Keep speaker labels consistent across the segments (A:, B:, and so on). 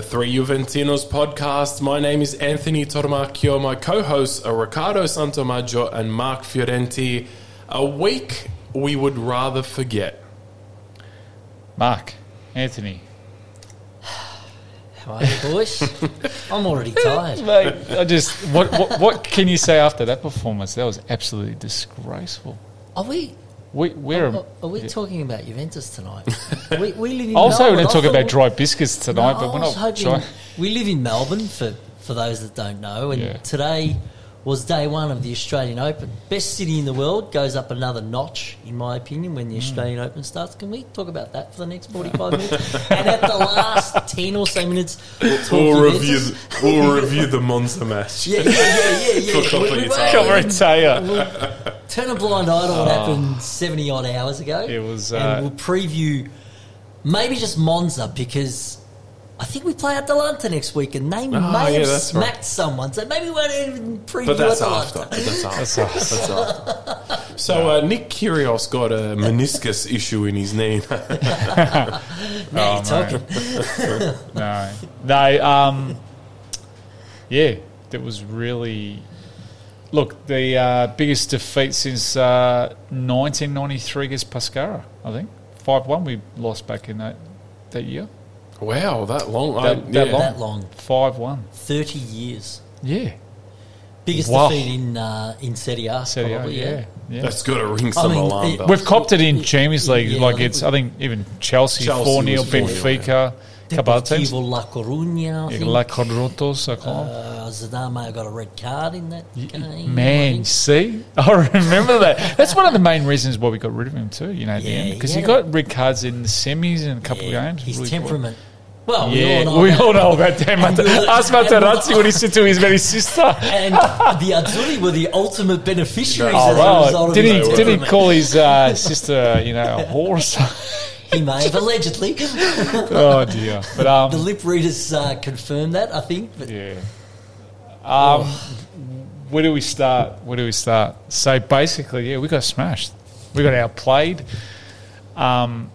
A: Juventinos podcast. My name is Anthony Tormacchio. My co hosts are Riccardo Santomaggio and Mark Fiorenti. A week we would rather forget.
B: Mark, Anthony.
C: How are you, boys? I'm already tired.
B: Mate, I just what, what what can you say after that performance? That was absolutely disgraceful.
C: Are we?
B: We we're
C: Are, are we talking about Juventus tonight? we, we live in
B: I was hoping
C: Melbourne.
B: to
C: I
B: talk
C: thought
B: about
C: we-
B: dry biscuits tonight,
C: No,
B: but
C: I
B: we're
C: was
B: not
C: hoping-
B: trying.
C: We live in Melbourne for for those that don't know, and
B: Yeah.
C: today was day one of the Australian Open. Best city in the world goes up another notch, in my opinion, when the
B: Mm.
C: Australian Open starts. Can we talk about that for the next forty five minutes? and at the last ten or so minutes, we'll talk
A: We'll
C: Juventus.
A: review, we'll review the Monza match.
C: Yeah, yeah, yeah,
A: For
C: yeah. yeah. We- we
A: complete
C: won't
A: Come
C: even Turn a blind eye to what happened 70 odd hours ago.
B: Oh. It was, uh,
C: and we'll preview maybe just Monza because I think we play Atalanta next week and
B: Oh,
C: they
A: yeah,
C: may have
A: that's
C: smacked someone. So maybe we won't even preview
A: But that's
C: Atalanta.
A: after. But that's after.
B: That's us.
A: That's after. So uh, Nick Kyrgios got a meniscus issue in his knee.
C: Now
B: Oh,
C: you're talking.
B: no, no. Um, yeah, that was really. Look, the uh, biggest defeat since uh, 1993 against Pescara, I think. 5 1, we lost back in that, that year.
A: wow, that long. I-
B: That- that
A: yeah.
C: That long.
B: 5 1.
C: 30 years.
B: Yeah.
C: Biggest
B: Wow.
C: defeat in uh, in Serie A.
B: Serie A,
C: probably,
B: yeah. yeah.
A: That's got to ring some
C: mean,
A: alarm
C: it-
A: bells.
B: We've copped it in Champions League.
C: Yeah, I
B: like
C: think
B: it's,
C: we-
B: I think even Chelsea,
A: Chelsea
B: 4 0,
A: was 4-0, yeah.
B: Benfica, a couple other teams.
C: Deportivo La Coruña. I
B: Yeah,
C: think.
B: La Corrotos, I call 'em.
C: uh, Zidane may have got a red card in that game. I
B: Man,
C: think.
B: you see, I remember that. That's one of the main reasons why we got rid of him too. You know, at the
C: Yeah,
B: end because
C: he
B: he
C: had a-
B: got red cards in the semis and a couple
C: Yeah,
B: of games.
C: His
B: Really good.
C: temperament. Well,
B: Yeah,
C: we all know.
B: we
C: that.
B: all know about that. Mate.
C: And we'll-
B: Ask
C: and we'll-
B: Materazzi what he said to his very sister.
C: And the Azzurri were the ultimate beneficiaries
B: Oh,
C: as a result
B: right.
C: of
B: Did
C: his
B: he, did he
C: temperament.
B: call his uh, sister, you know, a horse?
C: He may have allegedly. the
B: oh, dear. But, um,
C: lip readers uh, confirmed that, I think. But
B: yeah. Um, where do we start? Where do we start? So basically, yeah, we got smashed. We got outplayed. Um,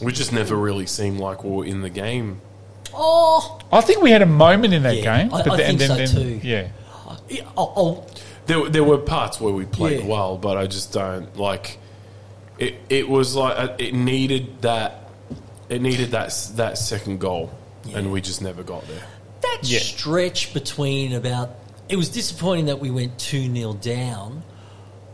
A: We just never really seemed like we were in the game.
C: oh,
B: I think we had a moment in that
C: Yeah,
B: game,
C: I-
B: but
C: I
B: the,
C: think
B: and then,
C: so
B: then-
C: too.
B: yeah,
C: yeah, oh, oh,
A: There, there were parts where we played
C: Yeah.
A: well, but I just don't like. It, it was like uh, it needed that. It needed that s- that second goal, and we just never got there.
C: that
B: Yeah.
C: stretch between about. It was disappointing that we went 2 0 down,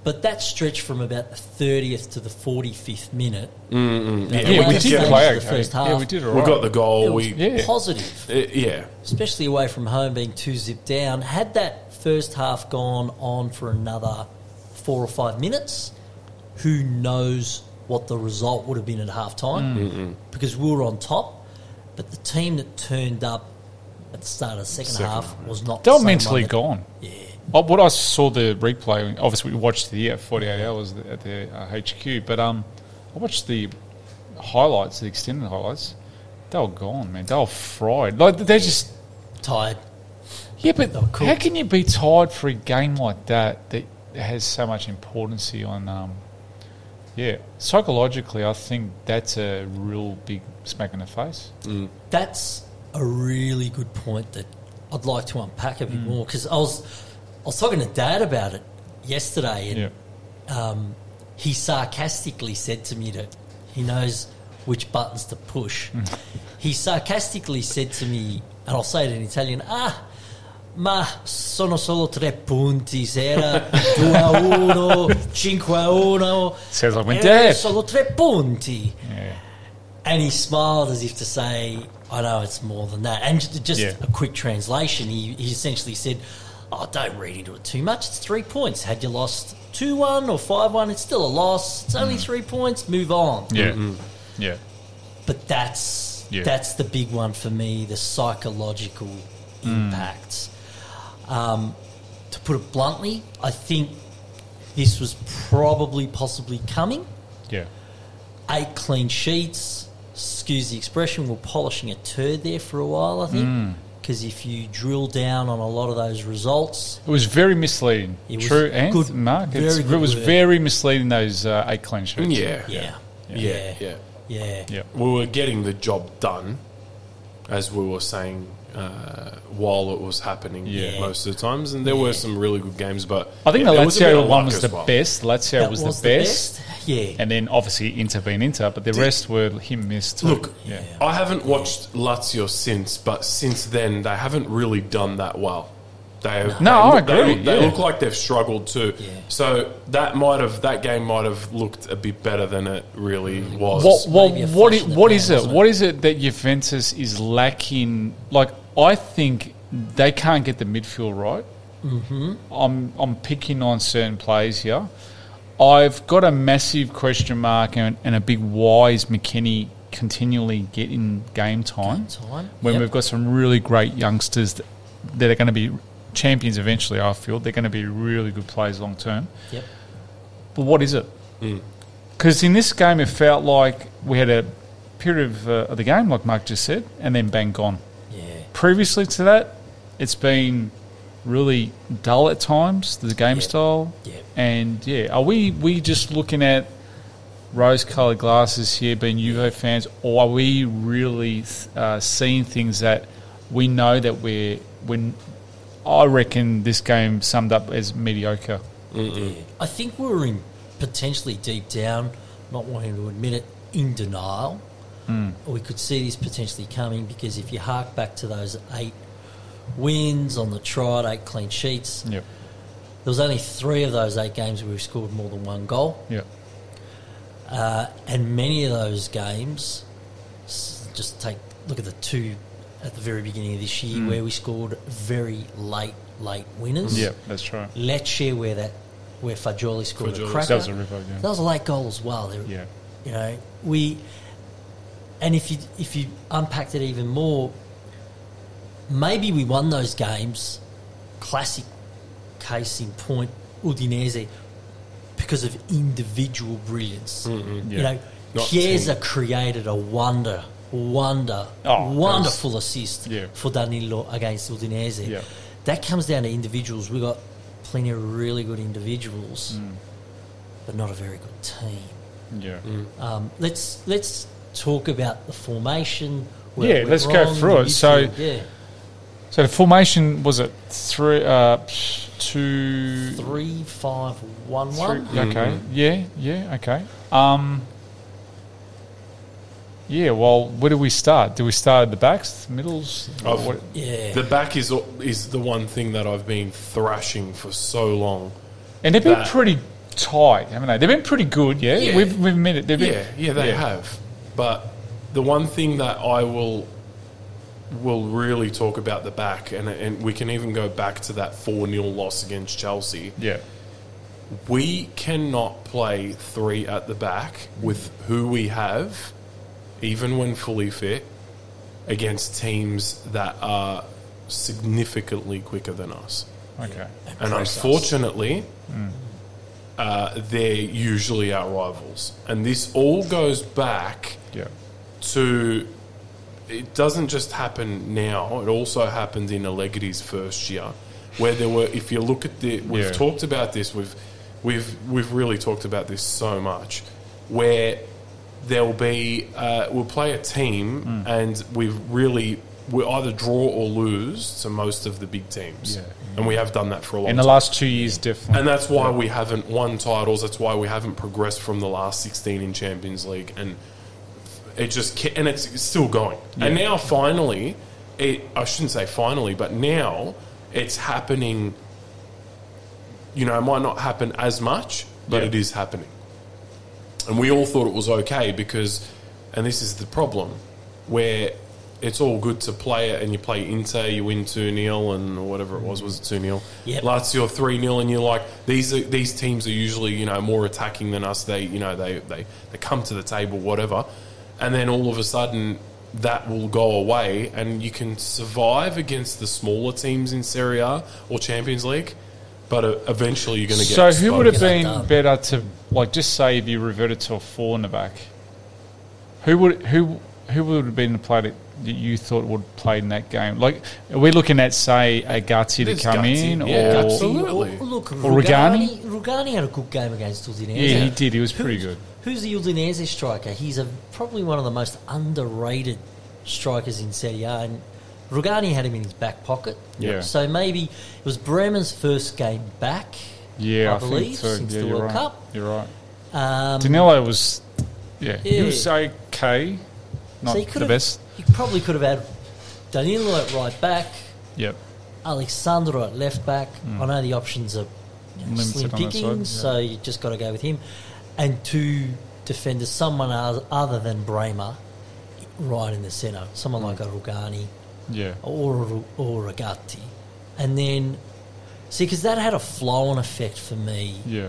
C: but that stretch from about the 30th to the 45th minute.
A: Yeah,
C: Yeah,
A: we,
C: we
A: did
C: did
A: get-
C: play.
B: okay.
C: the first
B: Yeah,
C: half.
B: we did.
A: we
B: All right.
A: got the goal.
C: It was
A: we
B: Yeah.
C: positive.
A: uh, yeah.
C: especially away from home, being two zip down, had that first half gone on for another four or five minutes, who knows what the result would have been at half time because we were on top, but the team that turned up at the start of the second,
A: Second
C: half was not.
B: they
C: the
B: were
C: same
B: mentally
C: one that-
B: gone. Yeah. What I saw the replay. Obviously, we watched the yeah, 48 hours at the uh, HQ, but um, I watched the highlights, the extended highlights. They were gone, man. They were fried. Like they just
C: tired.
B: yeah. But
C: They were cooked.
B: how can you be tired for a game like that that has so much importance on um, yeah psychologically? I think that's a real big smack in the face.
C: That's a really good point that I'd like to unpack a bit more because I was I was talking to Dad about it yesterday, and
B: Yeah.
C: um, he sarcastically said to me that he knows which buttons to push. he sarcastically said to me, and I'll say it in Italian, ah, ma sono solo tre punti, era due a uno, cinque a uno.
B: Sounds like my
C: "Erano
B: dad."
C: Solo tre punti.
B: Yeah.
C: And he smiled as if to say, I know it's more than that. And ju- just
B: Yeah.
C: a quick translation, he, he essentially said, Oh, don't read into it too much. It's three points. Had you lost 2 1 or 5 1, it's still a loss. It's only three points. Move on.
B: Mm. Yeah. Yeah.
C: But that's,
B: Yeah.
C: that's the big one for me the psychological
B: Mm.
C: impacts. Um, to put it bluntly, I think this was probably possibly coming.
B: Yeah.
C: eight clean sheets. Excuse the expression, we're polishing a turd there for a while, I
B: Mm.
C: think. Because if you drill down on a lot of those results,
B: It was very misleading.
C: It was
B: True, and
C: good-
B: Mark, it's,
C: very good
B: it was
C: work.
B: very misleading. Those uh, eight clean sheets.
A: yeah,
C: yeah,
A: yeah, yeah,
C: yeah,
B: Yeah.
A: We were getting the job done, as we were saying uh, while it was happening
B: Yeah.
A: most of the times. And there were some really good games, but
B: I think
A: yeah,
B: the
A: there was a bit
B: Lazio
A: of
B: one
A: luck
B: was
A: as
B: the
A: well.
B: best. Lazio
C: That
B: was, the best.
C: Yeah.
B: And then obviously Inter being Inter, but the rest were him missed. too.
A: Look,
B: yeah.
A: I haven't watched Lazio since, but since then they haven't really done that well. They have, they
B: No, I
A: look, They,
B: agree,
A: look- they
B: yeah.
A: look like they've struggled too.
C: Yeah.
A: So that might have that game might have looked a bit better than it really was.
B: What what
C: maybe a
B: what
C: flash
B: is,
C: in the
B: what
C: pan,
B: is it?
C: wasn't it?
B: What is it that Juventus is lacking? Like I think they can't get the midfield right. Mm-hmm. I'm I'm picking on certain players here. I've got a massive question mark and, and a big why is McKinney continually getting game time,
C: time,
B: when
C: yep.
B: we've got some really great youngsters that, that are going to be champions eventually. I feel they're going to be really good players long term.
C: Yep.
B: But what is it?
C: Mm.
B: Because in this game, it felt like we had a period of, uh, of the game, like Mark just said, and then bang gone.
C: Yeah.
B: Previously to that, it's been really dull at times, the game
C: Yeah.
B: style.
C: Yeah.
B: And yeah, are we, we just looking at rose coloured glasses here, being Juve fans, or are we really uh, seeing things that we know that we're. When I reckon this game summed up as mediocre.
C: Yeah. I think we were in potentially deep down, not wanting to admit it, in denial.
B: Mm.
C: We could see this potentially coming because if you hark back to those eight wins on the trot, eight clean sheets,
B: Yep.
C: there was only three of those eight games where we scored more than one goal.
B: Yep.
C: Uh, and many of those games, s- just take look at the two at the very beginning of this
B: Mm.
C: year where we scored very late, late winners.
B: Yep, that's true.
C: Lecce where that where Fagioli scored
A: Fagioli.
C: a cracker.
B: That was a river, yeah.
C: That was a late goal as well. There-
B: Yeah.
C: You know, we and if you if you unpacked it even more, maybe we won those games. Classic case in point, Udinese, because of individual brilliance. You
B: Yeah.
C: know,
A: Not
C: Chiesa created a wonder, wonder,
B: Oh,
C: wonderful assist
B: Yeah.
C: for Danilo against Udinese.
B: Yeah.
C: That comes down to individuals. We've got plenty of really good individuals,
B: Mm.
C: but not a very good team.
B: Yeah.
C: Um, let's let's talk about the formation.
B: Yeah,
C: we're
B: let's go
C: wrong,
B: through it. So-
C: midfield, yeah,
B: So the formation was it three, uh, two,
C: three, five, one,
B: three-
C: one.
B: Okay. Yeah. Yeah. Okay. Um. Yeah. Well, where do we start? Do we start at the backs, middles?
A: I've-
B: What-
C: Yeah,
A: The back is is the one thing that I've been thrashing for so long.
B: And they've been
A: that.
B: pretty tight, haven't they? They've been pretty good. Yeah.
A: Yeah.
B: We've we've met it. They've been,
A: Yeah, yeah, they have. But the one thing that I will will really talk about the back, and and we can even go back to that four 0 loss against Chelsea.
B: Yeah.
A: We cannot play three at the back with who we have, even when fully fit, against teams that are significantly quicker than us.
B: Okay.
A: And
C: Impress us.
A: unfortunately, uh, they're usually our rivals. And this all goes back
B: Yeah.
A: to it doesn't just happen now. It also happened in Allegri's first year, where there were. If you look at the, we've
B: Yeah.
A: talked about this. We've we've we've really talked about this so much, where there'll be uh, we'll play a team
B: Mm.
A: and we've really we either draw or lose to most of the big teams,
B: Yeah.
A: and we have done that for a long
B: In
A: time.
B: the last two years, definitely.
A: And that's why we haven't won titles. That's why we haven't progressed from the last 16 in Champions League. And it just ca- and it's it's still going. And now finally, it I shouldn't say finally, but now it's happening. You know, it might not happen as much, but
B: Yeah.
A: it is happening. And we all thought it was okay because, and this is the problem, where it's all good to play it and you play Inter, you win 2 0 and whatever it was, was it 2 0?
C: Yep.
A: Lazio 3 0, and you're like, these are, these teams are usually, you know, more attacking than us. They, you know, they, they, they come to the table, whatever. And then all of a sudden, that will go away and you can survive against the smaller teams in Serie A or Champions League, but uh, eventually you're going to get.
B: So who would have
A: exposed.
B: been
C: Get that
B: better to like just say if you reverted to a four in the back? Who would who who would have been the player that that you thought would play in that game? Like are we looking at say a Gutsy to
A: There's
B: come
A: Gutsy,
B: in
A: yeah,
B: or
A: absolutely.
C: Look,
B: Or Rugani?
C: Rugani. Rugani had a good game against Udinese.
B: Yeah, he did. He was pretty
C: Who's-
B: good.
C: Who's the Udinese striker? He's a, probably one of the most underrated strikers in Serie A, and Rugani had him in his back pocket.
B: Yeah.
C: So maybe it was Bremen's first game back.
B: Yeah,
C: I
B: I,
C: believe,
B: think so.
C: since
B: yeah,
C: the
B: you're
C: World
B: right.
C: Cup.
B: You're right.
C: Um,
B: Danilo was, yeah, he
C: Yeah.
B: was okay, not
C: so you
B: the
C: could've-
B: best.
C: You probably could have had Danilo at right back,
B: Yep.
C: Alexandro at left back. I know the options are you know,
B: Hmm. Limited
C: slim
B: on that side,
C: pickings,
B: yeah.
C: so you just got to go with him. And two defenders, someone oth- other than Bremer, right in the centre, someone
B: Hmm.
C: like a Rugani
B: Yeah.
C: or a Ru- or a Gatti. And then, see, because that had a flow on effect for me.
B: Yeah.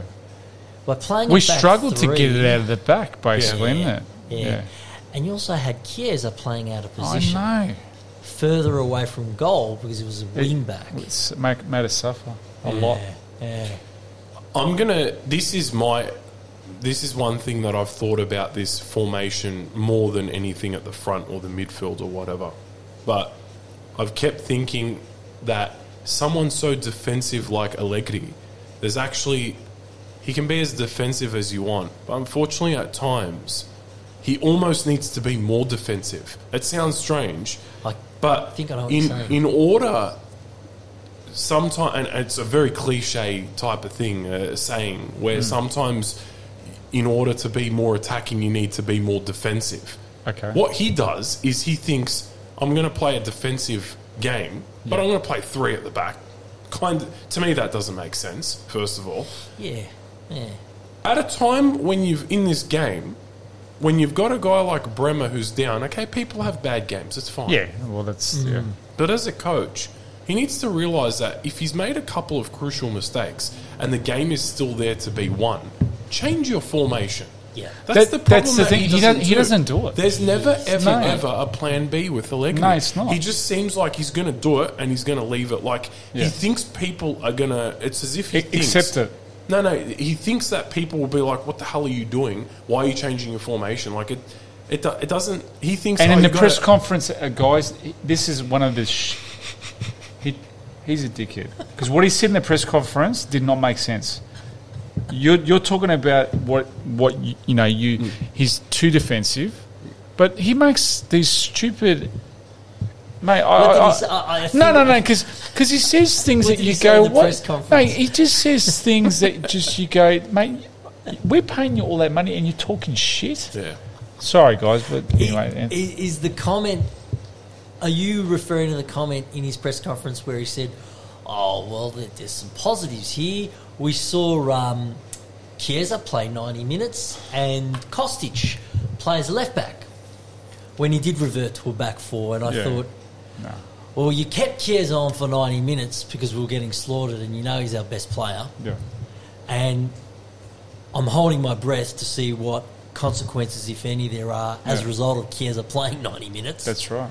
C: By playing
B: We
C: a back
B: struggled to
C: three-
B: get it out of the back, basically,
C: yeah,
B: isn't it?
C: Yeah. And you also had Chiesa playing out of position.
B: I know.
C: further away from goal because it was a
B: It-
C: wing back.
B: It's made, made us suffer a lot.
C: Yeah.
A: I'm gonna. This is my. This is one thing that I've thought about this formation more than anything at the front or the midfield or whatever. But I've kept thinking that someone so defensive like Allegri, there's actually he can be as defensive as you want, but unfortunately at times he almost needs to be more defensive. It sounds strange,
C: Like,
A: but
C: think I know what
A: in
C: you're saying.
A: in order sometimes and it's a very cliche type of thing uh, saying
B: Hmm.
A: where sometimes in order to be more attacking you need to be more defensive
B: Okay.
A: what he does is he thinks i'm going to play a defensive game but i'm going to play three at the back kind of, to me that doesn't make sense first of all
C: yeah, yeah,
A: at a time when you've in this game when you've got a guy like bremer who's down okay people have bad games it's fine
B: Yeah. Well, that's yeah.
A: but as a coach, he needs to realise that if he's made a couple of crucial mistakes and the game is still there to be won, change your formation.
C: Yeah.
A: That's
B: That-
A: the problem.
B: that's the
A: that
B: thing.
A: He
B: He
A: doesn't,
B: doesn't- he doesn't do it.
A: There's never, ever,
B: No.
A: ever a plan B with Allegri.
B: No, it's not.
A: He just seems like he's going to do it and he's going to leave it. Like
B: Yeah.
A: he thinks people are going to. It's as if he
B: E-
A: thinks,
B: accept it.
A: No, no. He thinks that people will be like, "What the hell are you doing? Why are you changing your formation?" Like it, it, do- it doesn't. He thinks.
B: And
A: oh,
B: in
A: you
B: the press
A: gotta-
B: conference, uh, guys, this is one of the. Sh- he, he's a dickhead because what he said in the press conference did not make sense. You're, you're talking about what what you, you know you
C: Mm.
B: he's too defensive, but he makes these stupid. Mate,
C: What
B: I,
C: did
B: I,
C: he say? I- I
B: I-
C: think-
B: no, no, no, because he says things
C: What
B: that
C: did he
B: you
C: say in
B: go,
C: the press
B: what?
C: conference?
B: Mate, he just says things that just you go, mate. We're paying you all that money, and you're talking shit.
A: Yeah.
B: Sorry, guys, but anyway,
C: I-
B: yeah.
C: i- is the comment? Are you referring to the comment in his press conference where he said, "Oh well, there- there's some positives here. We saw um, Chiesa play 90 minutes and Kostic play as a left back when he did revert to a back four, and I
B: Yeah.
C: thought."
B: No.
C: Well, you kept Chiesa on for 90 minutes because we were getting slaughtered, and you know he's our best player.
B: Yeah.
C: and I'm holding my breath to see what consequences, if any, there are as
B: Yeah.
C: a result of Chiesa playing 90 minutes.
B: That's right.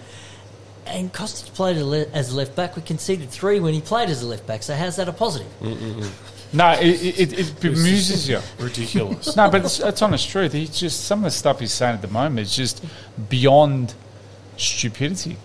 C: and Kostic played a le- as a left back. We conceded three when he played as a left back. So how's that a positive?
B: Mm. No, it, it, it bemuses you.
A: Ridiculous.
B: No, but it's, it's honest truth. He's just some of the stuff he's saying at the moment is just beyond stupidity.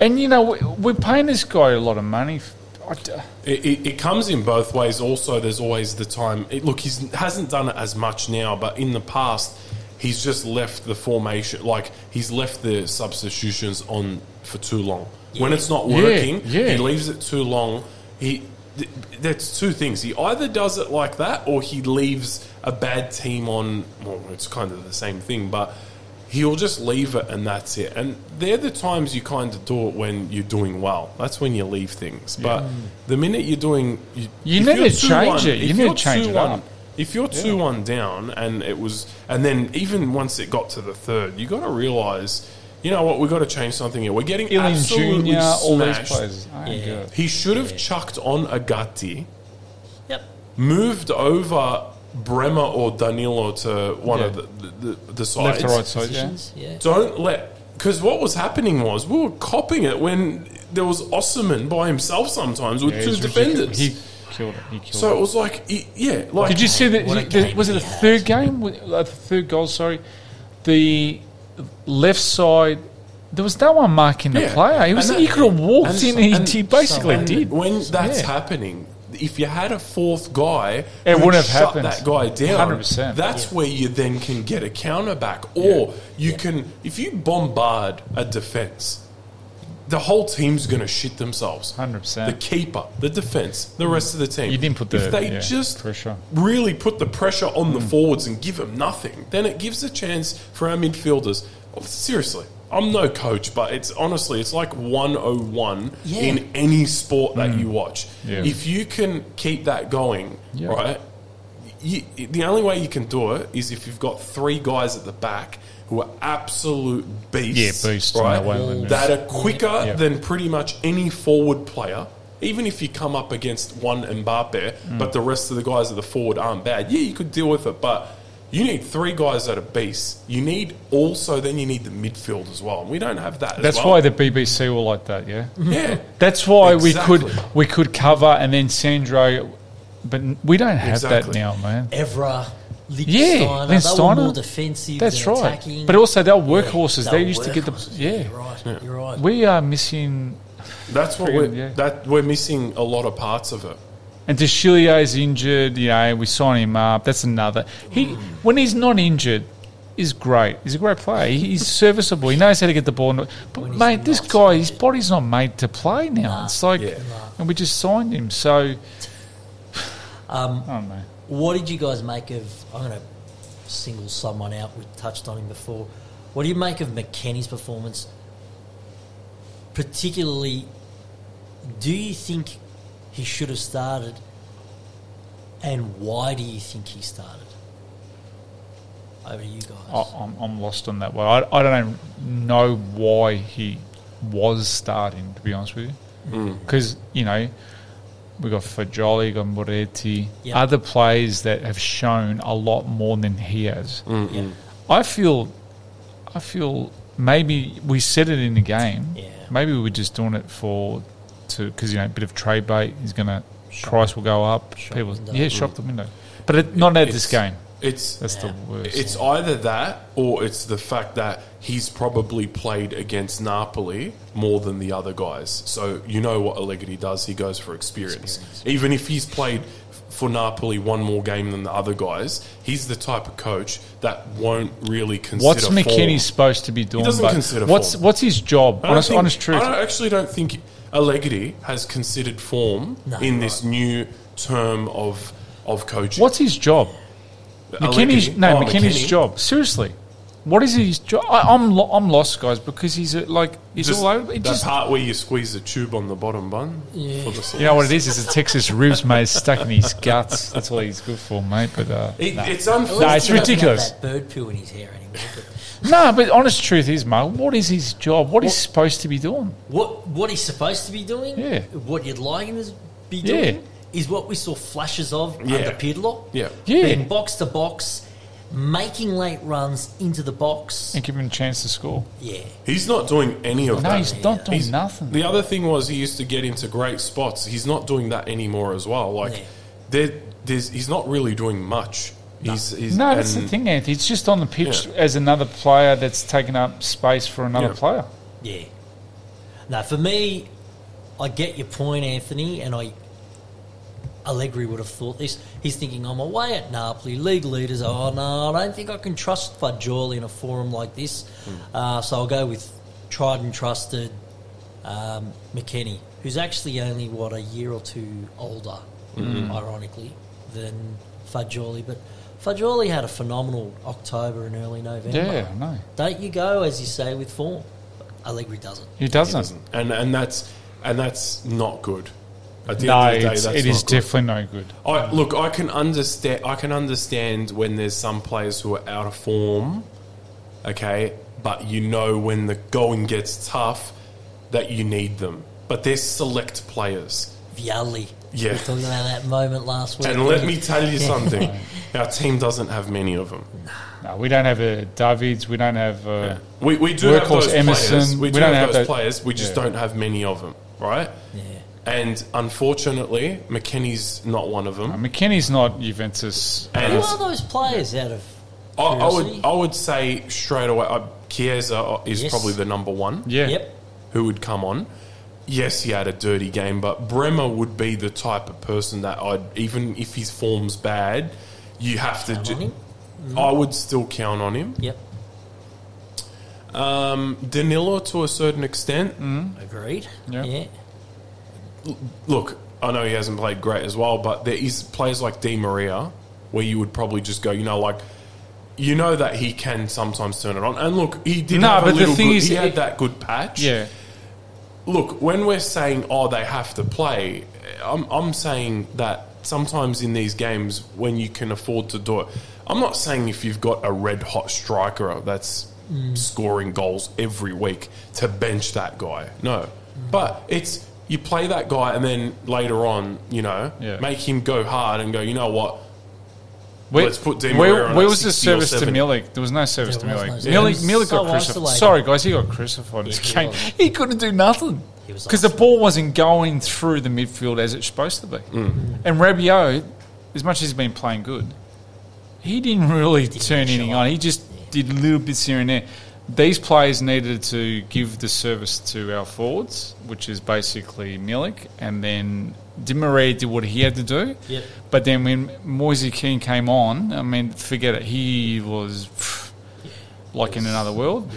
B: And you know, we, we're paying this guy a lot of money. I d-
A: It, it, it comes in both ways. Also, there's always the time. It, look, he hasn't done it as much now, but in the past, he's just left the formation. Like he's left the substitutions on for too long. When it's not
B: Yeah,
A: working,
B: yeah.
A: he leaves it too long. He th- that's two things. He either does it like that, or he leaves a bad team on. Well, it's kind of the same thing, but. He'll just leave it and that's it. And they're the times you kind of do it when you're doing well. That's when you leave things. But the minute you're doing, you,
B: You
A: if
B: need
A: you're
B: to change
A: 2-1
B: it. You
A: if
B: need
A: you're
B: to change it
A: 2-1
B: up.
A: If you're two one down, and it was, and then even once it got to the third, you got to realize, you know what, we got to change something here. We're getting
B: Ealing
A: absolutely
B: Junior, all these
A: smashed.
B: players. I ain't
C: Yeah.
B: good.
A: He should have chucked on Agati,
C: Yep.
A: moved over Bremer or Danilo to one
B: Yeah.
A: of the the, the, the sides.
B: Left to right side, yeah.
C: Positions, yeah.
A: Don't let. Because what was happening was we were copying it when there was Osserman by himself sometimes with
B: Yeah,
A: two
B: he's
A: defenders.
B: ridiculous. He killed it. He killed
A: so
B: it.
A: it was like, y- yeah, like
B: Did you see that?
C: What a
B: the-
C: game
B: was it
C: he
B: the
C: had.
B: third game? Wa- uh, The third goal, sorry. The left side, there was no one marking the
A: Yeah.
B: player. He,
A: And
B: was,
A: that-
B: he could have walked
A: and
B: in
A: so-
B: and,
A: and
B: he basically
A: And
B: did.
A: When that's
B: Yeah.
A: happening, if you had a fourth guy,
B: It
A: who'd
B: wouldn't have
A: shut
B: happened.
A: That guy down.
B: 100%.
A: That's where you then can get a counter back, or you can if you bombard a defense, the whole team's going to shit themselves.
B: 100%.
A: The keeper, the defense, the rest of the team.
B: You didn't put the-
A: if they
B: yeah,
A: just
B: pressure.
A: really put the pressure on the forwards and give them nothing, then it gives a chance for our midfielders. Oh, seriously, I'm no coach, but it's honestly, it's like 101
C: Yeah.
A: in any sport that you watch.
B: Mm. Yeah.
A: If you can keep that going,
B: Yeah.
A: right, you, the only way you can do it is if you've got three guys at the back who are absolute beasts.
B: Yeah, beasts in
A: right?
B: their way, aren't they?
A: That are quicker
B: Yeah.
A: than pretty much any forward player. Even if you come up against one Mbappe,
B: Mm.
A: but the rest of the guys at the forward aren't bad, yeah, you could deal with it. But you need three guys that are beasts. You need also then you need the midfield as well, and we don't have that.
B: That's
A: as well.
B: why the BBC were like that, yeah.
A: yeah,
B: That's why we
A: Exactly.
B: could we could cover and then Sandro, but n- we don't have
A: Exactly.
B: that now, man.
C: Evra, Lichtsteiner,
B: Yeah,
C: they were
B: Lichtsteiner.
C: more defensive
B: That's
C: than
B: right.
C: attacking.
B: But also they were workhorses.
C: They
B: they
C: were
B: used to get the
C: workhorses.
B: yeah.
C: You're right. You're right.
B: We are missing,
A: that's what
B: Freaking,
A: we're
B: yeah.
A: that we're missing a lot of parts of it.
B: and Deshilio's injured. You know, we sign him up. That's another. He when he's not injured. Is great. He's a great player. He- He's serviceable. He knows how to get the ball. But
C: When he's
B: mate, this
C: not
B: guy, his body's not made to play now. It's like,
A: Yeah.
B: and we just signed him. So,
C: Um,
B: I don't know.
C: What did you guys make of? I'm going to single someone out. We touched on him before. What do you make of McKenny's performance? Particularly, do you think he should have started, and why do you think he started? Over to you guys.
B: I,
A: Oh,
B: I'm, I'm lost on that one. I, I don't know why he was starting, to be honest with you.
C: Mm.
B: Because, you know, we got Fajoli, got Moretti,
C: Yeah.
B: other players that have shown a lot more than he has.
C: Yeah.
B: I feel, I feel maybe we said it in the game.
C: Yeah.
B: Maybe we were just doing it for, to because you know, a bit of trade bait. He's gonna price will go up.
C: Shop
B: People,
C: window. Mm.
B: yeah, shop the window. But it, not at this
A: It's-
B: game.
A: It's
B: That's
C: Yeah.
B: the worst.
A: It's either that or it's the fact that he's probably played against Napoli more than the other guys. So you know what Allegri does. He goes for experience. Even if he's played for Napoli one more game than the other guys, he's the type of coach that won't really consider
B: What's
A: form.
B: McKinney supposed to be doing?
A: doesn't
B: but
A: consider
B: what's
A: form.
B: what's his job?
A: I don't
B: Honest,
A: think-
B: honest truth.
A: I don't- actually don't think Allegri has considered form
C: No,
A: in
C: right.
A: this new term of of coaching.
B: What's his job?
A: Allegri-
B: McKinney's no
A: oh,
B: McKinney's
A: McKinney.
B: job. Seriously, what is his job? I, I'm lo- I'm lost, guys, because he's uh, like he's
A: Just
B: all over. It
A: that
B: just,
A: part where you squeeze the tube on the bottom bun
C: Yeah.
A: for the sauce.
B: you know what it is? It's a Texas ribs mate stuck in his guts. That's all he's good for, mate. But uh,
A: It- It's
B: No,
A: unfair.
B: it's ridiculous.
C: That bird poo in his hair anymore. but-
B: no, but honest truth is, mate, what is his job? what he's supposed to be doing?
C: What what he's supposed to be doing,
B: Yeah.
C: what you'd like him to be
B: Yeah.
C: doing, is what we saw flashes of
A: Yeah.
C: under Pirlo.
A: Yeah.
B: Yeah.
C: Being box to box, making late runs into the box.
B: And give him a chance to score.
C: Yeah.
A: He's not doing any of
B: No,
A: that.
B: he's not doing
A: He's-
B: nothing.
A: The other thing was he used to get into great spots. He's not doing that anymore as well. Like
C: Yeah.
A: there, there's, he's not really doing much. He's, he's
B: No, that's the
A: and
B: thing, Anthony. It's just on the pitch
A: Yeah.
B: as another player that's taken up space for another
A: Yeah.
B: player.
C: Yeah. Now for me, I get your point, Anthony, and I Allegri would have thought this. He's thinking, I'm away at Napoli. League leaders, oh no, I don't think I can trust Fagioli in a forum like this. Uh, so I'll go with tried and trusted um, McKenny, who's actually only, what, a year or two older, ironically, than Fagioli. But Fagioli had a phenomenal October and early November.
B: Yeah, I know.
C: Don't you go, as you say, with form. Allegri doesn't.
B: He doesn't.
A: and and that's and that's not good. At the
B: No,
A: end of the day,
B: it's,
A: that's
B: it
A: not
B: is
A: good.
B: definitely no good.
A: I, look, I can understand. I can understand when there's some players who are out of form, okay, but you know when the going gets tough that you need them. But they're select players.
C: Vialli.
A: Yeah.
C: We were talking about that moment last week.
A: And let me tell you something. Our team doesn't have many of them.
B: No, we don't have a Davids. We don't have. uh, A,
A: We, we do have
B: Workhorse,
A: those players.
B: Emerson,
A: We
B: we
A: do have,
B: don't have
A: those
B: that-
A: players. We just
B: Yeah.
A: don't have many of them, right?
C: Yeah.
A: And unfortunately, McKinney's not one of them.
B: McKinney's not Juventus.
A: And
C: Who are those players out of
A: I, I
C: curiosity?
A: would I would say straight away, uh, Chiesa is
C: Yes.
A: probably the number one
B: Yeah.
C: Yep.
A: who would come on. yes, he had a dirty game, but Bremer would be the type of person that I'd even if his form's bad, you have to.
C: Count
A: Ju-
C: on him?
A: I would still count on him.
C: Yep.
A: Um, Danilo, to a certain extent,
C: Agreed.
B: Yeah.
C: Yeah.
A: look, I know he hasn't played great as well, but there is players like Di Maria where you would probably just go, you know, like you know that he can sometimes turn it on. And look, he did
B: No,
A: have
B: but
A: a
B: the
A: little
B: thing
A: good,
B: is-
A: he had
B: it-
A: that good patch.
B: Yeah.
A: Look, when we're saying oh they have to play, I'm I'm saying that sometimes in these games when you can afford to do it. I'm not saying if you've got a red hot striker that's scoring goals every week to bench that guy. No. But it's you play that guy and then later on, you know,
B: Yeah.
A: make him go hard and go, you know what?
B: Where,
A: Let's put Di Maria
B: where,
A: on
B: where
A: at
B: was the
A: 60 or
B: service to
A: 70.
B: Milik? There was no service
C: There
B: to
C: was
B: Milik.
C: no
B: Milik,
C: service.
B: Milik got
C: So
B: crucified.
C: isolated.
B: Sorry, guys, he got crucified in this
C: Yes, he
B: game.
C: was.
B: He couldn't do nothing
C: He was
B: because the ball wasn't going through the midfield as it's supposed to be.
A: Mm.
B: And Rabiot, as much as he's been playing good, he didn't really turn
C: show
B: anything
C: up.
B: on. He just did little bits here and there. These players needed to give the service to our forwards, which is basically Milik, and then Di Maria did what he had to do.
C: Yep.
B: But then when Moise Keane came on, I mean, forget it. He was pff, like in another world.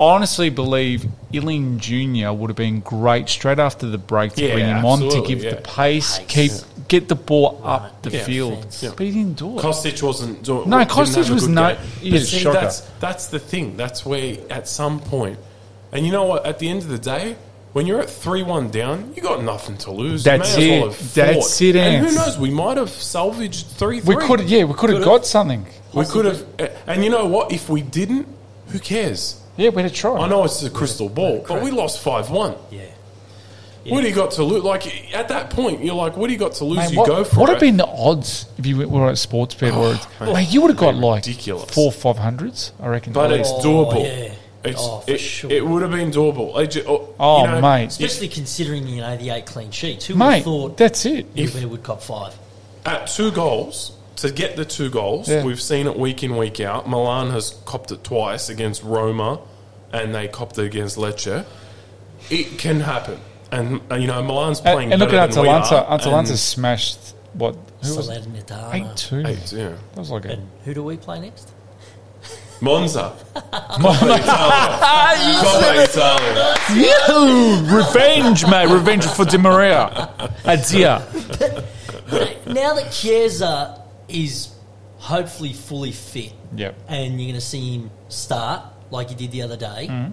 B: I honestly believe Illing Jr. would have been great straight after the break to
A: Yeah,
B: bring him on to
A: absolutely,
B: give
A: yeah.
B: the pace,
C: Pace.
B: keep get the ball up the
A: Yeah.
B: field.
C: Yeah.
B: But he didn't do it.
A: Kostic wasn't doing.
B: No,
A: didn't
B: Kostic
A: have a
B: was
A: good
B: no-
A: game.
B: he
A: But
B: is
A: see,
B: shocker.
A: that's that's the thing. That's where at some point, and you know what? At the end of the day, when you're at three one down, you got nothing to lose. You
B: That's
A: may as
B: it.
A: well have
B: That's
A: fought.
B: it,
A: And who
B: Ants.
A: knows? We might have salvaged three.
B: we could, yeah, we could have
A: Could've.
B: got something.
A: We could have. And you know what? If we didn't, who cares?
B: Yeah, we had a try.
A: I know it's a crystal ball, but we lost five one.
C: Yeah.
A: What do you got to lose? Like at that point, you're like, what do you got to lose?
B: Mate,
A: you
B: what,
A: go for
B: what
A: it. Oh,
B: have been the odds if you were at Sportsbet or at,
A: mate.
B: mate, you would have got like
A: Ridiculous.
B: four five hundreds, I reckon.
A: But
B: at
A: it's
B: least.
C: Oh,
A: doable.
C: yeah.
A: It's,
C: Oh, for
A: it,
C: sure.
A: it would have been doable. I ju- oh,
B: oh
A: you know,
B: mate,
C: Especially considering, you know, the eight clean sheets. Who would have
B: mate,
C: thought
B: that's it. Uh,
A: If-
C: Newbear would cop five?
A: at two goals to get the two goals.
B: Yeah.
A: We've seen it week in week out. Milan has copped it twice against Roma, and they copped it against Lecce. It can happen, and uh, you know Milan's
B: And,
A: playing.
B: and look
A: better
B: at
A: than we
B: Atalanta.
A: are,
B: Atalanta
A: and-
B: smashed what? Who was it? eight
C: Salernitana.
B: two?
A: Eight, yeah.
B: That was like a
C: And who do we play next?
A: Monza, Coppa Italia, Coppa Italia.
B: Yo! revenge, mate. Revenge for Di Maria. Adia.
C: now that Chiesa is hopefully fully fit,
B: Yep.
C: and you're going to see him start like he did the other day,
B: Mm.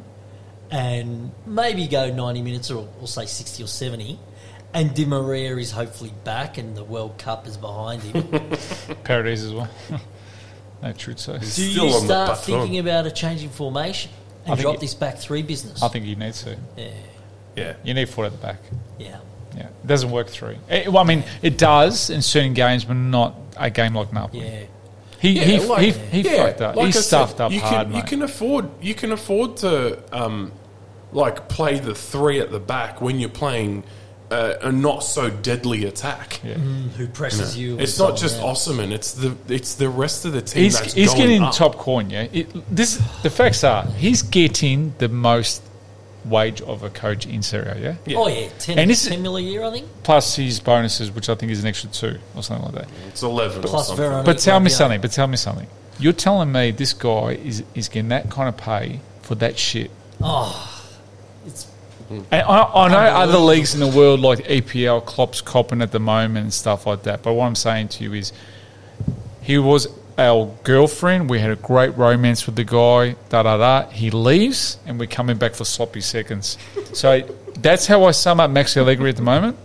C: and maybe go 90 minutes or, or say 60 or 70, and Di Maria is hopefully back and the World Cup is behind him.
B: Paradise as well. no truth so.
C: Do
A: Still
C: you
A: on the
C: start
A: baton.
C: thinking about a change in formation
B: I
C: and
B: think
C: drop
B: it-
C: this back three business?
B: I think you need to.
C: yeah,
A: Yeah,
B: You need four at the back.
C: yeah.
B: Yeah. It doesn't work three. It, well, I mean, it does in certain games, but not a game like Napoli.
C: Yeah,
B: He, he,
A: Yeah, like-
B: he, he
A: yeah,
B: fucked up.
A: like
B: he
A: I said,
B: stuffed up
A: you can,
B: hard,
A: you
B: mate.
A: can afford you can afford to um, like play the three at the back when you're playing uh, a not so deadly attack.
B: Yeah.
C: who presses you?
A: It's
C: and
A: not just
C: someone else.
A: Osserman, it's the it's the rest of the team
B: He's,
A: that's
B: he's
A: going
B: getting
A: up.
B: top coin, yeah. It, this the facts are he's getting the most wage of a coach in Serie A, yeah.
A: Yeah.
C: Oh yeah, 10,
B: And this is-
C: 10 mil a year, I think.
B: Plus his bonuses, which I think is an extra two or something like that.
A: It's eleven or
C: Plus
A: something.
C: Verona.
B: But tell me
C: Yeah.
B: something. But tell me something. You're telling me this guy is, is getting that kind of pay for that shit.
C: Oh, it's
B: And I, I know other
C: Unbelievable.
B: leagues in the world like EPL, Klopp's copping at the moment and stuff like that. But what I'm saying to you is, he was our girlfriend. We had a great romance with the guy. Da da da. He leaves, and we're coming back for sloppy seconds. So that's how I sum up Max Allegri at the moment.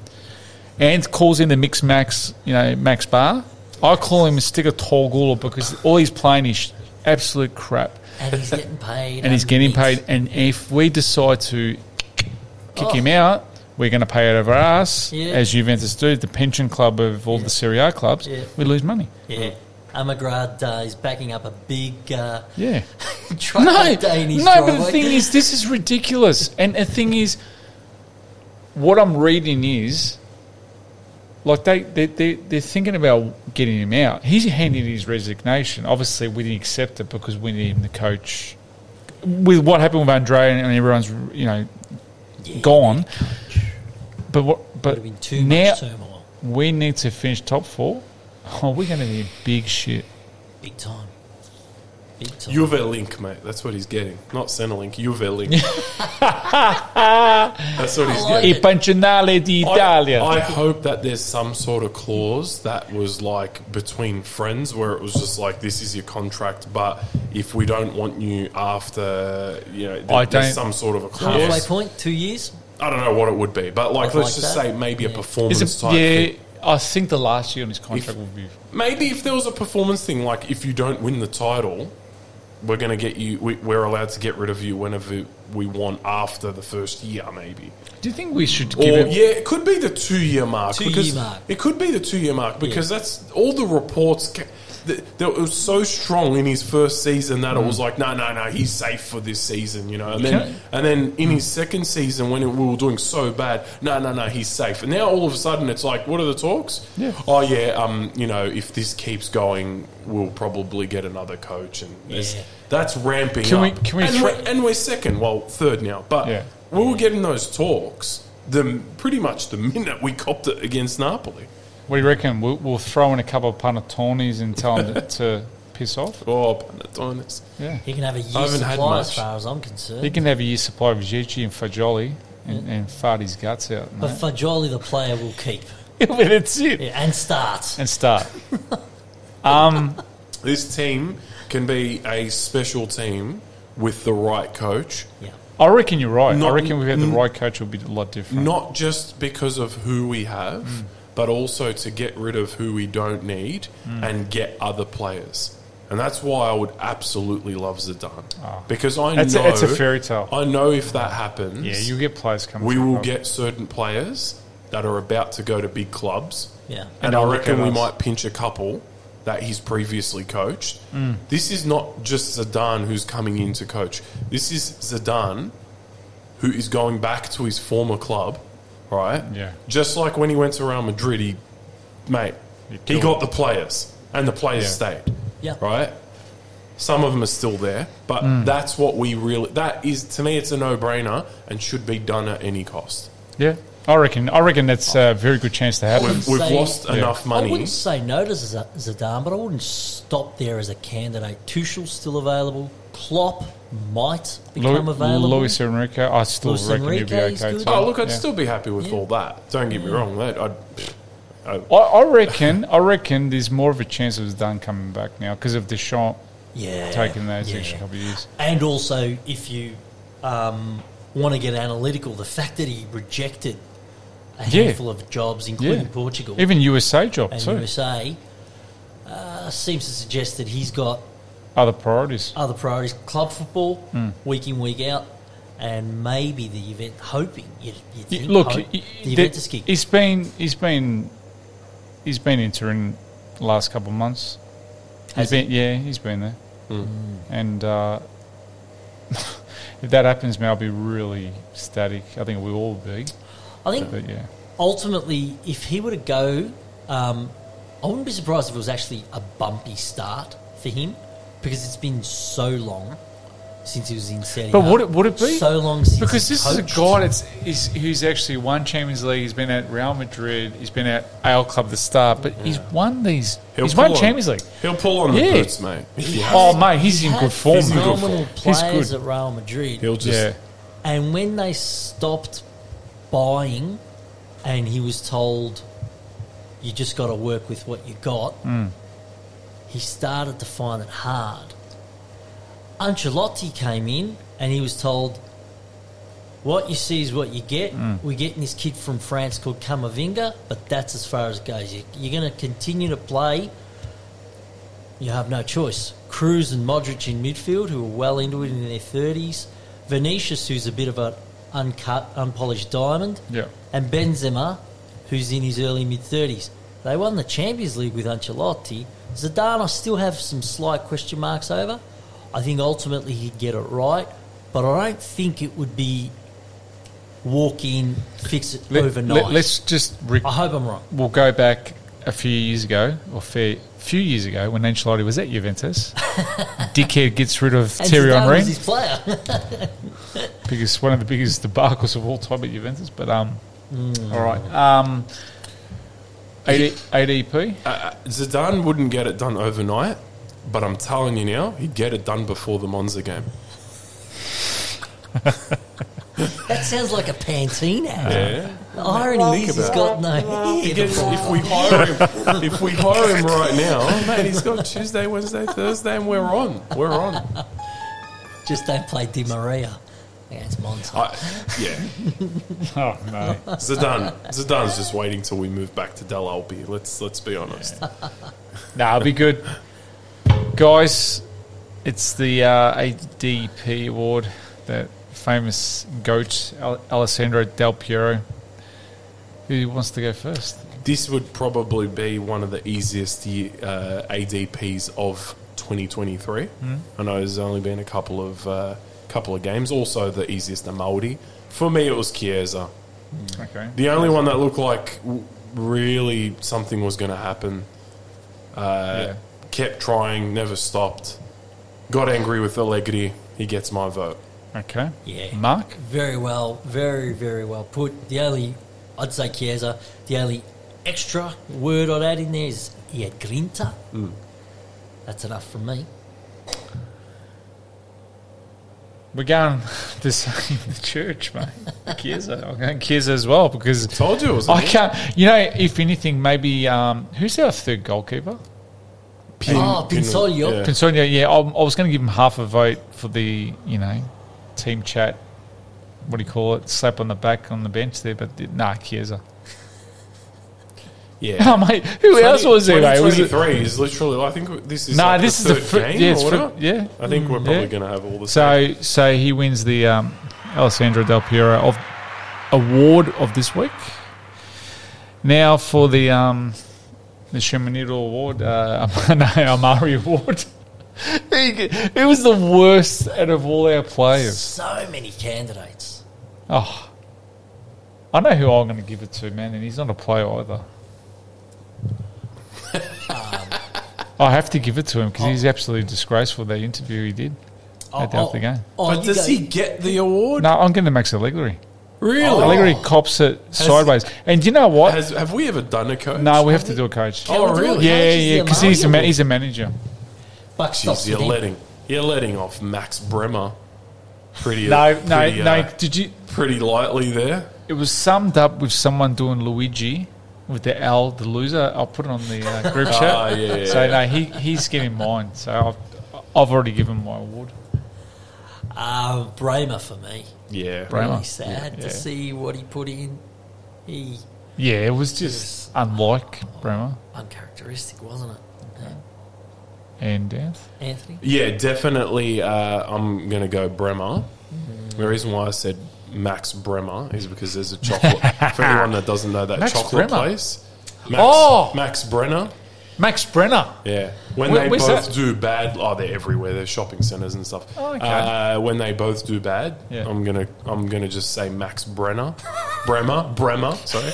B: And calls in the mix Max, you know, Max Bar. I call him Sticker Torgula because all he's playing is absolute crap
C: and he's getting paid,
B: and he's getting paid. And if we decide to kick him out, we're going to pay out of our ass,
C: Oh. Yeah.
B: as Juventus do, the pension club of all the Serie A clubs.
C: Yeah.
B: We lose money.
C: Yeah, Amagrad uh, is backing up a big uh,
B: Yeah.
C: truck
B: no,
C: no, day in his
B: no.
C: driveway.
B: But the thing is, this is ridiculous. And the thing is, what I'm reading is, like they they they they're thinking about getting him out. He's handed his resignation. Obviously, we didn't accept it because we need him to coach. With what happened with Andrea and everyone's, you know,
C: Yeah.
B: gone. But what?
C: Would
B: But
C: have been too
B: now
C: much turmoil.
B: we need to finish top four. Oh, we're going to be in big shit.
C: Big time. Big time.
A: Juve link, mate. That's what he's getting. Not Centrelink, Juve link. That's what he's getting.
B: I E pancinale d'Italia.
A: I, I hope that there's some sort of clause that was like between friends where it was just like this is your contract, but if we don't want you after, you know, there-
B: I
A: there's
B: don't-
A: some sort of a
C: Halfway
A: clause.
C: point, two years.
A: I don't know what it would be, but like
C: I'd
A: let's
C: like
A: just
C: that.
A: say maybe a
C: Yeah.
A: performance
B: Is it,
A: type.
B: yeah,
A: thing.
B: I think the last year on his contract will be.
A: Maybe if there was a performance thing, like if you don't win the title, we're gonna get you. We, we're allowed to get rid of you whenever we want after the first year, maybe.
B: Do you think we should
A: Or,
B: give him?
A: yeah, it could be the two year mark.
C: Two-year
A: because
C: mark.
A: It could be the two year mark because that's all the reports. Ca- th- that it was so strong in his first season that it
B: Mm.
A: was like, no, no, no, he's safe for this season, you know. And
B: Can
A: then, and then in
B: Mm.
A: his second season when it, we were doing so bad, no, no, no, he's safe. And now all of a sudden it's like, what are the talks?
B: Yeah.
A: Oh yeah, um, you know, if this keeps going, we'll probably get another coach, and there's-
C: Yeah.
A: that's ramping
B: Can we-
A: up.
B: can we
A: and,
B: throw-
A: we're, and we're second, well, third now, but
B: Yeah.
A: we were getting those talks the pretty much the minute we copped it against Napoli.
B: What do you reckon? We'll, we'll throw in a couple of panattonis and tell him to, to piss off.
A: Oh, Panathonis.
B: Yeah,
C: He can have a year's
A: haven't had
C: supply
A: much.
C: as far as I'm concerned.
B: he can have a year's supply of Gigi and Fajoli and, and fart his guts out.
C: but Fajoli, the player, will keep
B: but it's it.
C: yeah, and start.
B: And start.
A: This team can be a special team with the right coach,
C: Yeah.
B: I reckon you're right. I
A: Not-
B: reckon we had the right coach, it would be a lot different.
A: not just because of who we have,
B: Mm.
A: but also to get rid of who we don't need
B: Mm.
A: and get other players. And that's why I would absolutely love Zidane because I
B: Ah. It's
A: know
B: a- it's a fairy tale.
A: I know if that happens,
B: yeah, you'll get players coming.
A: we
B: through,
A: will
B: Rob.
A: get certain players that are about to go to big clubs.
C: Yeah.
A: And,
B: And
A: I
B: they'll look
A: reckon
B: at
A: we
B: us.
A: might pinch a couple that he's previously coached.
B: Mm.
A: This is not just Zidane who's coming in to coach. This is Zidane who is going back to his former club, right?
B: Yeah.
A: Just like when he went to Real Madrid, he, mate,
B: He
A: he
B: killed
A: got the players and the players
B: Yeah.
A: stayed
C: Yeah.
A: right? Some of them are still there, but
B: Mm.
A: that's what we really. That is to me, it's a no-brainer and should be done at any cost.
B: Yeah, I reckon. I reckon that's a very good chance to happen.
A: We've, we've
C: say-
A: lost
B: Yeah.
A: enough
C: I
A: money.
C: wouldn't say no to Z- Zidane, but I wouldn't stop there as a candidate. Tuchel's still available. Klopp might become
B: Lu-
C: available.
B: Luis Enrique, I still
C: Luis
B: reckon he'll be
C: Enrique is
B: okay.
C: good.
B: too.
A: Oh, look, I'd
B: Yeah.
A: still be happy with all that. Don't get me wrong. That I'd,
B: I, I reckon. I reckon there's more of a chance of Zidane coming back now because of Deschamps
C: yeah,
B: taking those
C: yeah.
B: extra couple of years.
C: And also, if you um, want to get analytical, the fact that he rejected a
B: Yeah.
C: handful of jobs, including Portugal
B: even USA job
C: and
B: too.
C: USA, uh, seems to suggest that he's got
B: Other priorities.
C: other priorities. Club football,
B: Hmm.
C: week in, week out, and maybe the event. Hoping you,
B: Y-
C: you think,
B: Look,
C: hope,
B: y-
C: oh, the
B: y-
C: Juventus
B: th-
C: kick.
B: he's been he's been he's been interim the last couple of months.
C: Has Hmm.
B: he's been yeah, he's been there. And uh, if that happens, man, I'll be really static. I think we all be.
C: I think
B: But yeah,
C: ultimately, if he were to go, um, I wouldn't be surprised if it was actually a bumpy start for him because it's been so long since he was in Serie
B: but
C: A.
B: would it would it be
C: so long since
B: Because
C: he
B: this is a
C: coached.
B: guy that's is, who's actually won Champions League. He's been at Real Madrid. He's been at AL Club the start, but he's won these.
A: He'll
B: he's won
A: pull on-
B: Champions League.
A: he'll pull on the
B: Yeah.
A: boots, mate. If he has.
B: Oh mate, he's
C: He
B: in
C: had
B: good form.
A: He's in good
C: Phenomenal
B: form. He's
C: players
B: good.
C: at Real Madrid,
A: He'll just
B: Yeah.
C: and when they stopped buying, and he was told, "You just got to work with what you got," he started to find it hard. Ancelotti came in, and he was told, "What you see is what you get." We're getting this kid from France called Camavinga, but that's as far as it goes. You- You're going to continue to play you have no choice. Cruz and Modric in midfield, who are well into it in their 30s. Vinicius, who's a bit of an uncut, unpolished diamond.
B: Yeah.
C: And Benzema, who's in his early mid 30s. They won the Champions League with Ancelotti. Zidane, I still have some slight question marks over. I think ultimately he'd get it right, but I don't think it would be walk in, fix it
B: Let,
C: overnight.
B: us just. Re-
C: I hope I'm wrong.
B: we'll go back a few years ago, or fair few years ago, when Ancelotti was at Juventus. Dickhead gets rid of
C: And
B: Thierry
C: Zidane
B: Henry
C: was his player.
B: because one of the biggest debacles of all time at Juventus. But um, All right. Um, AD, ADP?
A: Uh, Zidane wouldn't get it done overnight, but I'm telling you now, he'd get it done before the Monza game.
C: That sounds like a Pantene ad.
A: Yeah.
C: The irony
A: Think
C: is he's
A: about
C: got no
A: He
C: hair.
A: gets, if we hire him, if we hire him right now, mate, he's got Tuesday, Wednesday, Thursday, and we're on. We're on.
C: Just don't play Di Maria. Yeah, it's Monza.
A: I, yeah,
B: Oh, no.
A: Zidane. Zidane's just waiting till we move back to Del Albi. Let's let's be honest.
B: Nah, it'll be good. Guys, it's the uh, ADP award, that famous GOAT, Al- Alessandro Del Piero. Who wants to go first?
A: This would probably be one of the easiest ye- uh, ADPs of 2023. I know there's only been a couple of uh, couple of games. Also, the easiest Amaldi. For me, it was Chiesa.
B: Okay.
A: The only one that looked like w- really something was going to happen. Uh,
B: Yeah.
A: Kept trying, never stopped. Got angry with Allegri. He gets my vote.
B: Okay.
C: Yeah.
B: Mark?
C: Very well, very, very well put. The only, I'd say Chiesa, the only extra word I'd add in there is he had grinta.
A: Mm.
C: That's enough from me.
B: We're going the same church, mate. Kiesa. I'm going Kiesa as well because
A: Told you it was.
B: I can't. You know, if anything, maybe um, who's our third goalkeeper?
A: Pin-
C: Oh,
A: Pin-
C: Pinsolio.
A: yeah.
B: Consonia. Yeah, I, I was going to give him half a vote for the you know team chat. What do you call it? Slap on the back on the bench there, but it- nah, Kiesa.
A: Yeah.
B: Oh, mate, who else was there? Mate? Was it?
A: 2023 is literally. I think this is.
B: Nah,
A: like
B: this is
A: the
B: the
A: third
B: fir-
A: game.
B: yeah, it's
A: or whatever.
B: fir- yeah.
A: I think we're probably
B: yeah.
A: going to have all the same.
B: So so he wins the um, Alessandro Del Piero of award of this week. Now for the um, the Shemanito Award, uh, no, Amari Award. it was the worst out of all our players.
C: So many candidates.
B: Oh, I know who I'm going to give it to, man, and he's not a player either. I have to give it to him because
A: Oh.
B: he's absolutely disgraceful. That interview he did at the
C: Oh,
B: after game.
C: oh,
A: But
C: you
A: does
C: go-
A: he get the award?
B: No, I'm going to Max Allegri.
A: Really?
C: Oh.
A: Oh.
B: Allegri cops it sideways. And do you know what?
A: Has, have we ever done a coach?
B: no, we have to do a coach.
A: Oh,
C: we'll do
A: really?
C: it.
B: yeah,
C: Coach is
B: yeah,
C: the
B: because he's a
C: Amari
B: ma-
C: Award.
B: he's a manager.
C: Buck
A: Jeez,
C: stops
A: you're
C: with him.
A: letting you're letting off Max Bremer. Pretty
B: No, no,
A: pretty, uh,
B: no. Did you?
A: pretty lightly there.
B: It was summed up with someone doing Luigi with the L, the loser. I'll put it on the uh, group chat.
A: Ah, yeah, yeah,
B: so
A: yeah.
B: no, he he's getting mine. So I've I've already given my award.
C: Uh, Bremer for me.
A: Yeah.
B: Bremer.
C: Really sad
B: Oh, Yeah.
C: to see what he put in. He
B: Yeah, it was just unlike Bremer
C: uncharacteristic, wasn't it?
B: and Death.
C: Yeah. Anthony?
A: Yeah, definitely. Uh, I'm going to go Bremer. The reason why I said Max Bremer is because there's a chocolate. for anyone that doesn't know that
B: Max
A: chocolate
B: Bremer.
A: place, Max,
B: Oh!
A: Max Brenner.
B: Max Brenner.
A: Yeah, when
B: Where-
A: they
B: where's
A: both
B: that?
A: do bad, oh, they're everywhere. They're shopping centers and stuff.
B: Oh, okay.
A: uh, when they both do bad,
B: Yeah.
A: I'm gonna I'm gonna just say Max Brenner, Bremer, Bremer. Sorry,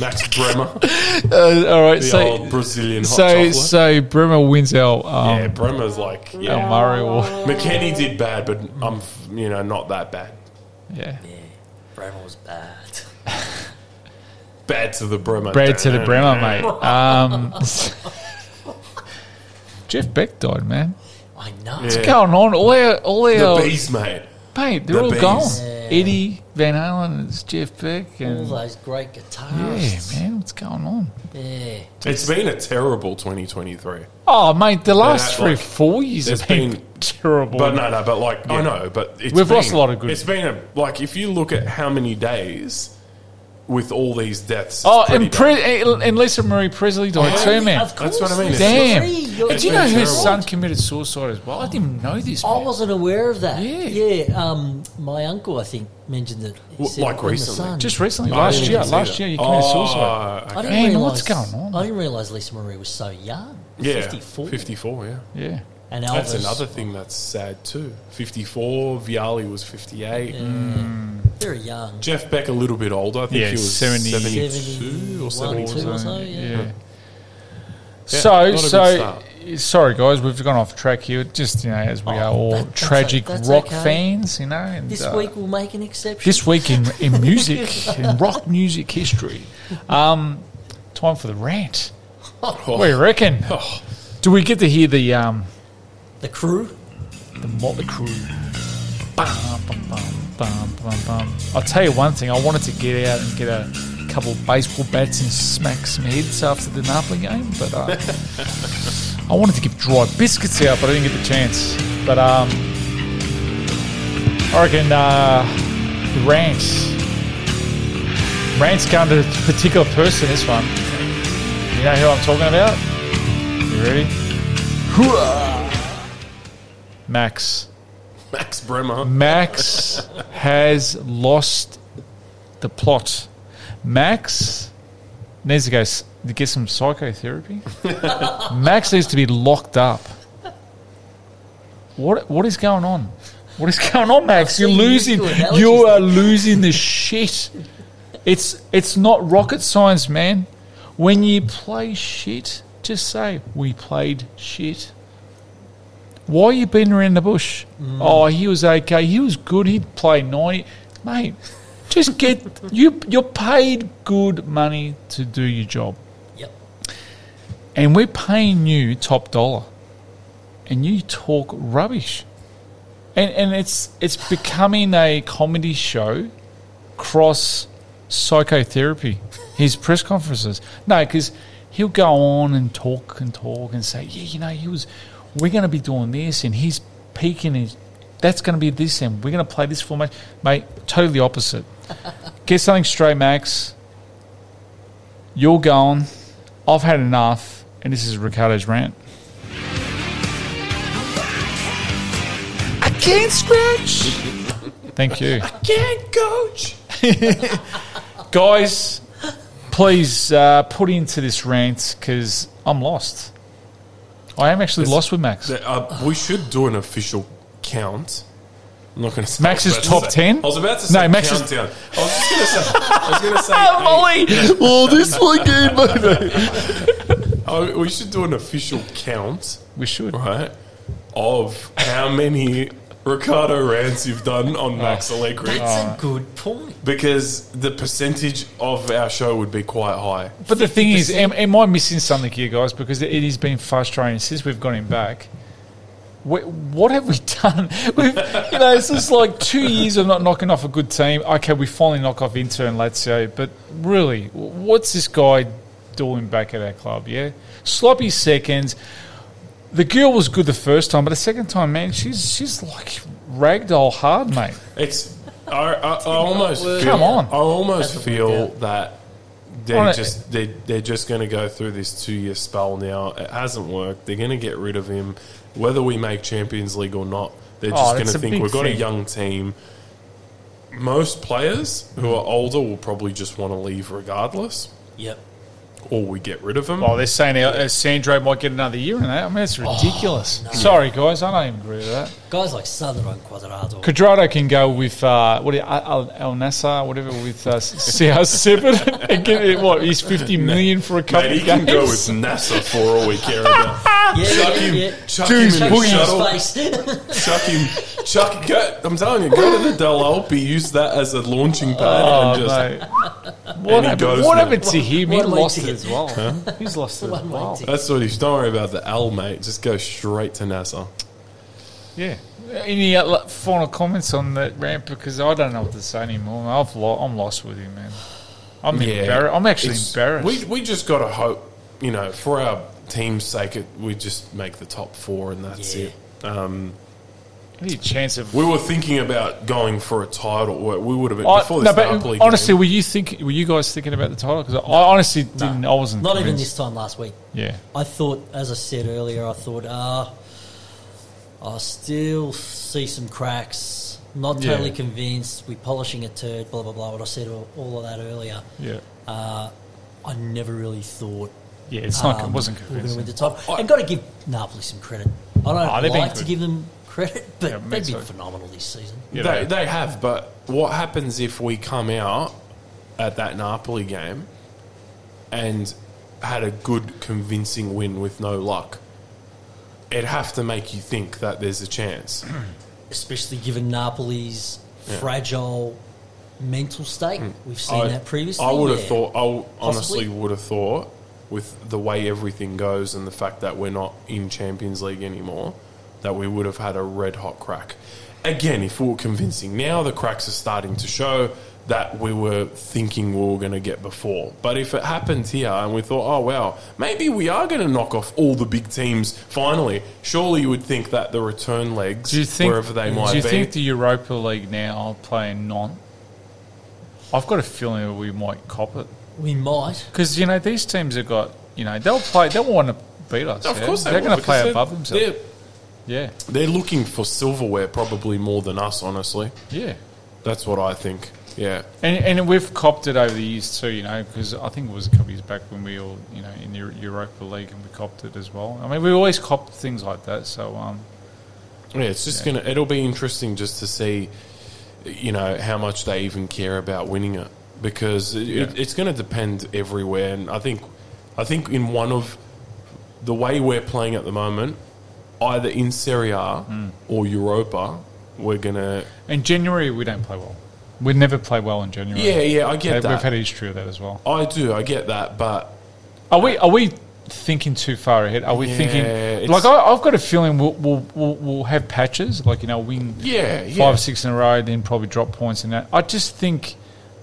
A: Max Bremer, the
B: Uh, all right,
A: old
B: so
A: Brazilian hot
B: so
A: chocolate.
B: so Bremer wins our um,
A: yeah, Bremer's like yeah.
B: our Murray Award.
A: McKenny did bad, but I'm you know not that bad.
B: Yeah.
C: Yeah, Bremer was bad.
A: Bad to the Bremer.
B: Bread to the Bremer, mate. Um, Jeff Beck died, man.
C: I know.
A: Yeah.
B: What's going on? All our, all
A: The
B: our,
A: bees, mate.
B: mate, they're
A: the
B: all
A: bees.
B: gone.
C: Yeah.
B: Eddie Van Halen, it's Jeff Beck,
C: All
B: and
C: those great
B: yeah,
C: guitarists.
B: man, what's going on?
C: yeah.
A: It's been a terrible 2023.
B: Oh, mate, the last three,
A: like,
B: four years
A: there's
B: have been,
A: been-
B: terrible.
A: But no, no, but like I know, but it's
B: We've
A: been-
B: lost a lot of good-
A: It's been a like if you look at how many days with all these deaths. it's
B: oh,
A: pretty
B: and, Pre- and- and Lisa Marie Presley died too, man.
C: Of
A: That's
C: course,
A: what I mean.
C: it's
B: Damn.
C: free. You're-
B: And do you
A: been
B: know her
A: terrible.
B: son committed suicide as well? I didn't know this.
C: I
B: man.
C: wasn't aware of that.
B: Yeah.
C: Um, my uncle, I think, mentioned it. He
A: W-
C: said
A: like
C: it on the
A: recently.
C: Sun.
B: Just recently,
A: bad. I
B: last
A: didn't
B: year,
A: even see
B: last
A: that.
B: year, you committed
A: Oh,
B: suicide.
A: okay.
C: I didn't
B: Man,
C: realize,
B: what's going on?
C: I didn't realize Lisa Marie was so young.
A: Yeah,
C: 54.
A: 54. yeah.
B: Yeah.
C: And Elvis.
A: That's another thing that's sad too. 54, Viali was 58.
C: Mm. Very young.
A: Jeff Beck a little bit older. I think
B: Yeah,
A: he was
B: 70.
A: 72 or
C: 71,
A: 72.
C: two or so, oh, yeah.
A: Yeah, not
B: So
A: a good
B: so
A: start.
B: sorry guys, we've gone off track here. Just you know, as we
C: Oh,
B: are all
C: that- that's o-
B: tragic
C: that's
B: rock
C: okay.
B: fans, you know. And,
C: This
B: uh,
C: week we'll make an exception.
B: this week in, in music, in rock music history. Um, time for the rant. What do you reckon? Do we get to hear the um,
C: the crew.
B: the Motley Crue? Bum, bum, bum, bum, bum, bum. I'll tell you one thing. I wanted to get out and get a couple baseball bats and smack some heads after the Napoli game, but uh, I wanted to give dry biscuits out, but I didn't get the chance. But um, I reckon uh, the rants. Rants come to a particular person, this one. You know who I'm talking about? You ready? Hoorah! Max.
A: Max Bremer.
B: Max has lost the plot. Max needs to go s- to get some psychotherapy. Max needs to be locked up. What what is going on? What is going on, Max? You're
C: seen you
B: losing.
C: do analogies
B: You are losing the shit. It's it's not rocket science, man. When you play shit, just say we played shit. Why you been around the bush? Oh, he was okay. He was good. He'd play ninety, mate. Just get you. You're paid good money to do your job,
C: Yep.
B: and we're paying you top dollar, and you talk rubbish, and and it's it's becoming a comedy show, cross psychotherapy. His press conferences, no, because he'll go on and talk and talk and say, yeah, you know, he was. We're going to be doing this, and he's peaking. His, that's going to be this, and we're going to play this format, mate. Totally opposite. Get something straight, Max. You're gone. I've had enough, and this is Ricardo's rant. I can't scratch. Thank you. I can't coach. Guys, please uh, put into this rant because I'm lost. I am actually lost with Max.
A: Uh, we should do an official count. I'm not going to say.
B: Max
A: I
B: is
A: was about
B: top
A: to say-
B: 10?
A: I was about to say
B: No, Max is-
A: countdown. I was just going to say. I was going to say.
B: Molly! Oh, this weekend,
A: Oh, we should do an official count,
B: We should.
A: right, of how many Ricardo rants you've done on
B: Oh.
A: Max Allegri.
C: That's a good point.
A: Because the percentage of our show would be quite high.
B: But the thing is, am, am I missing something here, guys? Because it has been frustrating since we've got him back. Wh- What have we done? We've, you know, it's just like two years of not knocking off a good team. Okay, we finally knock off Inter and Lazio, but really, wh- what's this guy doing back at our club? Yeah, sloppy seconds. The girl was good the first time, but the second time, man, she's she's like ragdoll hard, mate.
A: It's. I, I, I almost
C: work.
A: feel,
B: Come on.
A: I almost
C: That's a
A: feel
C: point,
A: that
B: Well,
A: they're
B: it-
A: just they they're just going to go through this two year spell now. It hasn't worked. They're going to get rid of him, whether we make Champions League or not. They're
B: Oh,
A: just going
B: that's
A: to
B: a
A: think
B: big
A: we've got a
B: thing.
A: young team. Most players who are older will probably just want to leave regardless,
C: Yep.
A: or we get rid of them.
B: Oh, they're saying uh, Sandro might get another year in that. I mean, that's ridiculous. Oh, Sorry, guys, I don't even agree with that.
C: Guys like Sutherland, Quadrado.
B: Quadrado can go with uh, what Al, Al Nassr, whatever, with uh, CR7 and get it, what he's fifty million for a couple
A: Mate, he
B: of
A: can
B: games.
A: go with NASA for all we care about.
C: yeah,
A: chuck
C: yeah,
A: him,
C: yeah.
A: chuck
B: Dude,
A: him in the
B: boogie.
A: shuttle.
C: His face.
A: chuck him, chuck. Go, I'm telling you, go to the Del Alpi, use that as a launching pad,
B: Oh,
A: and just
B: mate. What,
A: he
B: happened,
A: goes
B: what
A: now.
B: happened to him? He
C: One way
B: lost it
C: ticket.
B: as well. He's lost it as
C: One way
B: well.
C: ticket.
A: that's what he's. Don't worry about the L, mate. Just go straight to NASA.
B: Yeah. Any uh, like, final comments on that rant? Because I don't know what to say anymore. I've lo- I'm lost with him, man. I'm embarrassed. I'm actually
A: It's-
B: embarrassed.
A: We we just got to hope, you know, for our team's sake, it, we just make the top four, and that's
C: Yeah.
A: it. Um,
B: Any chance of
A: we were thinking about going for a title. We we would have been
B: I-
A: before
B: no,
A: this
B: but
A: Napoli game,
B: honestly, were you think were you guys thinking about the title? Because I, I honestly didn't. I wasn't.
C: Not even
B: convinced.
C: this time last week.
B: Yeah.
C: I thought, as I said earlier, I thought, ah, I still see some cracks. Not
B: Yeah.
C: totally convinced. We're polishing a turd, blah, blah, blah. What I said all, all of that earlier.
B: Yeah.
C: I never really thought.
B: Yeah. It's not.
C: um,
B: it wasn't
C: we We're going to
B: convincing.
C: win the top. I've got to give Napoli some credit. I
B: Ah,
C: don't
B: they've been
C: like to
B: good.
C: give them credit, but
B: Yeah, me
C: they've been
B: too.
C: phenomenal this season.
B: Yeah,
A: they,
B: they-
A: they have, but what happens if we come out at that Napoli game and had a good, convincing win with no luck? it'd have to make you think that there's a chance.
C: especially given Napoli's fragile mental state.
B: Hmm.
C: We've seen
A: I-
C: that previously.
A: I would have
C: yeah.
A: thought. I w- honestly
C: Possibly.
A: would have thought, with the way everything goes and the fact that we're not in Champions League anymore, that we would have had a red hot crack. Again, if we were convincing now, the cracks are starting to show that we were thinking we were going to get before. But if it happens here and we thought, oh wow, maybe we are going to knock off all the big teams finally, surely you would think that the return legs,
B: Do you think
A: wherever they might
B: Do you
A: be,
B: think the Europa League now playing non? I've got a feeling that we might cop it
C: we might.
B: because you know these teams have got you know they'll play they'll want to beat us.
A: of
B: yeah.
A: course they
B: they're
A: will,
B: going to play
A: because they're-
B: above themselves.
A: they're-
B: Yeah,
A: They're looking for silverware probably more than us, honestly.
B: yeah.
A: That's what I think. Yeah.
B: And, and we've copped it over the years too, you know, because I think it was a couple years back when we all, you know, in the Eu- Europa League and we copped it as well. I mean, we always copped things like that. So, um,
A: Yeah, it's just gonna it'll be interesting just to see you know, how much they even care about winning it. Because it, it, it's gonna depend everywhere and I think I think in one of the way we're playing at the moment, either in Serie A
B: Hmm.
A: or Europa, we're gonna
B: in January we don't play well. We never play well in January.
A: Yeah, yeah, I
B: We've
A: get that.
B: had a history of that as well.
A: I do, I get that, but
B: Are we? Are we thinking too far ahead? Are we
A: Yeah,
B: thinking
A: it's-
B: like I, I've got a feeling we'll, we'll we'll we'll have patches like you know win
A: yeah, yeah.
B: five or six in a row, then probably drop points in that. I just think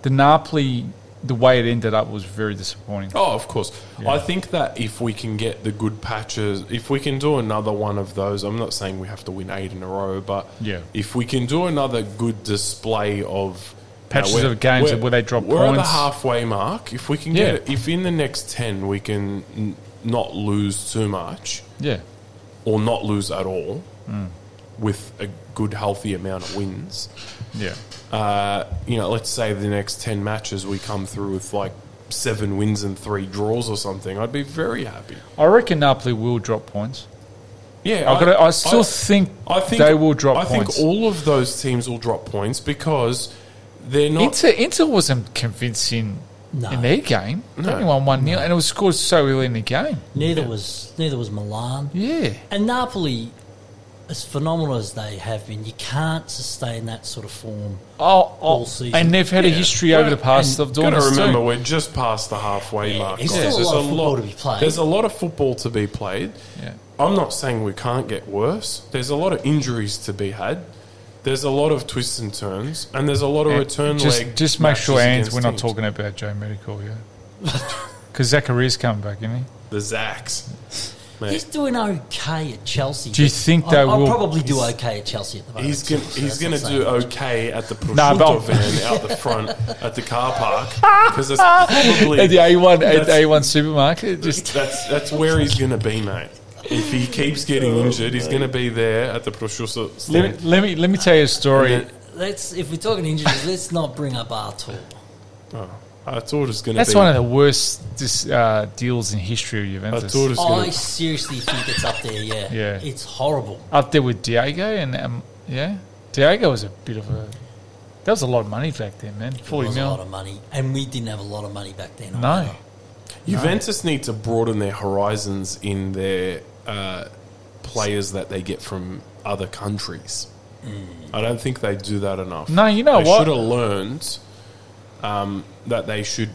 B: the Napoli, the way it ended up was very disappointing.
A: Oh, of course. I think that if we can get the good patches, if we can do another one of those, I'm not saying we have to win eight in a row, but
B: Yeah.
A: if we can do another good display of
B: Patches
A: we're-
B: of games
A: we're-
B: where they drop
A: we're at
B: points.
A: the halfway mark. If we can
B: Yeah.
A: get, it, if in the next ten we can n- not lose too much
B: Yeah.
A: or not lose at all,
B: Mm.
A: with a good healthy amount of wins,
B: Yeah.
A: uh, you know, let's say the next 10 matches we come through with like seven wins and three draws or something, I'd be very happy.
B: I reckon Napoli will drop points.
A: Yeah.
B: I, gotta, I still
A: I-
B: think,
A: I think
B: they will drop
A: I
B: points.
A: think all of those teams will drop points because they're not.
B: Inter, Inter wasn't convincing
C: No.
B: in their game. They only won 1 0, and it was scored so early in the game.
C: Neither was neither was Milan.
B: Yeah.
C: And Napoli, as phenomenal as they have been, you can't sustain that sort of form.
B: Oh,
C: All
B: oh
C: season.
B: and they've had a
A: Yeah.
B: history over the past of doing
A: gotta
B: this
A: remember,
B: too.
A: we're just past the halfway
C: Yeah,
A: mark.
C: there's
A: guys.
C: still a lot of football to be played.
A: There's a lot of football to be played.
B: Yeah.
A: I'm not saying we can't get worse. There's a lot of injuries to be had. There's a lot of twists and turns, and there's a lot of
B: Yeah.
A: return
B: just,
A: leg.
B: Just make sure,
A: matches
B: Ands, we're not
A: against teams.
B: talking about Joe Medical, yeah. Because Zacharia's coming back, isn't he?
A: the Zacks.
C: He's
A: Mate,
C: doing okay at Chelsea.
B: Do you
C: but
B: think
C: I-
B: they
C: I'll
B: will-
C: probably do okay at Chelsea at the moment.
A: he's gonna
C: so
A: he's
C: that's
A: gonna
C: not
A: do
C: saying-
A: okay at the prosciutto
B: Nah, but-
A: van out the front at the car park because that's probably
B: At the A1, at the
A: That's-
B: A1 supermarket. Just
A: That's that's where he's going to be, mate. If he keeps getting injured, he's going to be there at the prosciutto
B: let,
A: stand.
B: me, let, me, let me tell you a story.
A: And
C: Let's if we're talking injuries, let's not bring up Artur.
A: Oh, I thought it's going to
B: That's
A: be.
B: one of the worst dis, uh, deals in history of
A: I
B: Juventus.
A: thought it's
C: I
A: going to.
C: seriously think it's up there. Yeah,
B: Yeah.
C: it's horrible.
B: up there with Diego and um, yeah, Diego was a bit of a that was a lot of money back then, man. Forty
C: it was a lot
B: mil.
C: of money, and we didn't have a lot of money back then.
B: No,
C: either.
A: Juventus need to broaden their horizons in their uh, players that they get from other countries. I don't think they do that enough.
B: No, you know
A: they
B: what?
A: should have learned um, that they should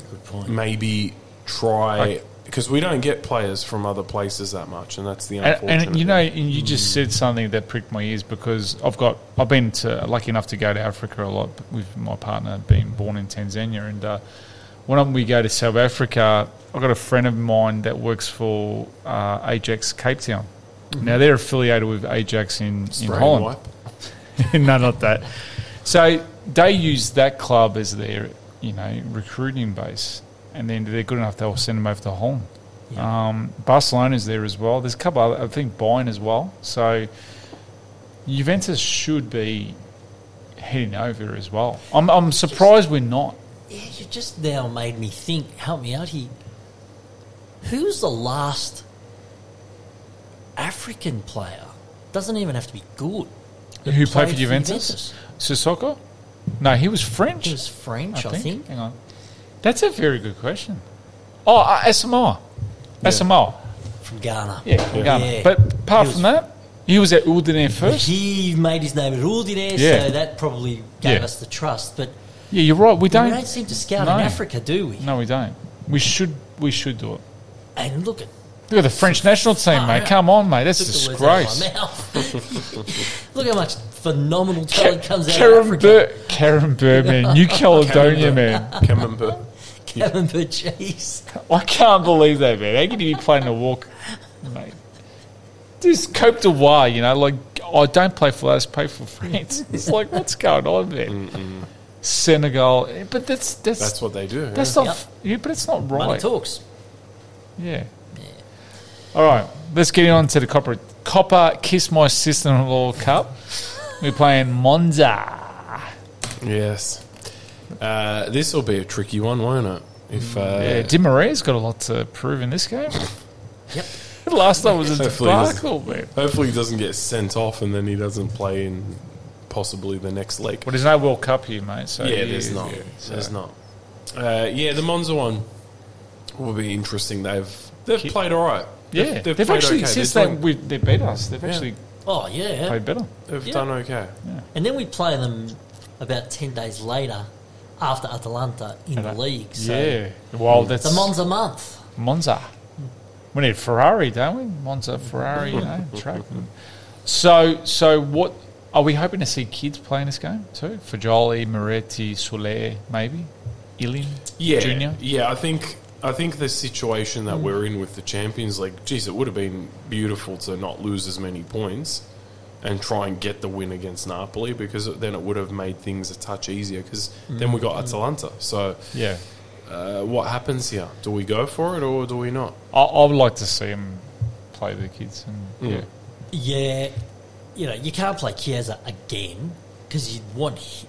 A: maybe try
B: Like-
A: because we don't get players from other places that much, and that's the
B: and,
A: unfortunate.
B: and you
A: thing.
B: know, and you just said something that pricked my ears because I've got I've been to, lucky enough to go to Africa a lot with my partner being born in Tanzania, and uh, when we go to South Africa, I've got a friend of mine that works for uh, Ajax Cape Town. Now they're affiliated with Ajax in, in
A: Spray and
B: Holland.
A: wipe.
B: no, not that. So they use that club as their, you know, recruiting base, and then they're good enough they'll send them over to Holland. Um, Barcelona's there as well. There's a couple other, I think Bayern as well. So Juventus should be heading over as well. I'm, I'm surprised we're not.
C: Yeah, you just now made me think. Help me out here. Who's the last African player? Doesn't even have to be good. that
B: Who played for
C: for
B: Juventus? Sissoko? No, he was French.
C: He was French, I think.
B: Hang on. That's a very good question. Oh, uh, Samoa. Yeah. Samoa.
C: from Ghana.
B: Yeah, from Ghana.
C: Yeah.
B: But apart
C: He was-
B: from that, he was at Udine first.
C: He made his name at Ordinaire,
B: Yeah.
C: so that probably gave
B: Yeah.
C: us the trust. But
B: Yeah, you're right. We
C: we
B: don't.
C: don't seem to scout
B: No.
C: in Africa, do we?
B: No, we don't. We should. We should do it.
C: And look at
B: Look at the French national team, mate. Come on, mate. That's a
C: Oh, took the words out of
B: disgrace.
C: my mouth. look how much phenomenal talent comes out of
B: Karen,
C: Africa.
B: Bur- Karen Birdman, New Caledonia, man.
A: Camembert.
C: Kevin Burgess.
B: I can't believe that, man. How can you be playing a walk, mate? Just Cope de War, you know, like, I don't play for us, play for France. It's like, what's going on, man? Senegal. eh, But that's, that's,
A: That's
B: that's,
A: what they do. yeah.
B: not,
C: Yep.
B: yeah, but it's not
C: Money
B: right.
C: talks.
B: Yeah. All right, let's get on to the Copper Copper Kiss My Sister-in-Law Cup. We're playing Monza.
A: Yes. Uh, this will be a tricky one, won't it? If uh,
B: Yeah, Di Maria's got a lot to prove in this game.
C: Yep.
B: Last time was a
A: Hopefully it
B: debacle, man.
A: hopefully he doesn't get sent off and then he doesn't play in possibly the next leg.
B: Well, there's no World Cup here, mate. So
A: yeah,
B: you-
A: there's not.
B: yeah, so-
A: There's not. Uh, yeah, the Monza one will be interesting. They've they've played all right.
B: Yeah,
A: they've,
B: they've,
A: they've played
B: actually
A: okay.
B: since
A: They're
B: they
A: doing-
B: we, they beat us, they've actually
C: Oh, yeah.
B: played better.
A: they've
C: Yeah.
A: done okay.
C: And then we play them about 10 days later after Atalanta in the league. So
B: yeah, well, that's
C: the Monza month.
B: Monza. We need Ferrari, don't we? Monza, Ferrari, you know, track. So, so what are we hoping to see kids playing this game too? Fajoli, Moretti, Soler, maybe Ilin,
A: Yeah,
B: Junior.
A: Yeah, I think I think the situation that we're in with the Champions League, geez, it would have been beautiful to not lose as many points and try and get the win against Napoli because then it would have made things a touch easier because then we
B: Mm.
A: got Atalanta. So
B: Yeah,
A: uh, what happens here? Do we go for it or do we not?
B: I, I would like to see him play the kids. And, Yeah,
C: Yeah, you know, you can't play Chiesa again because you'd want, hi-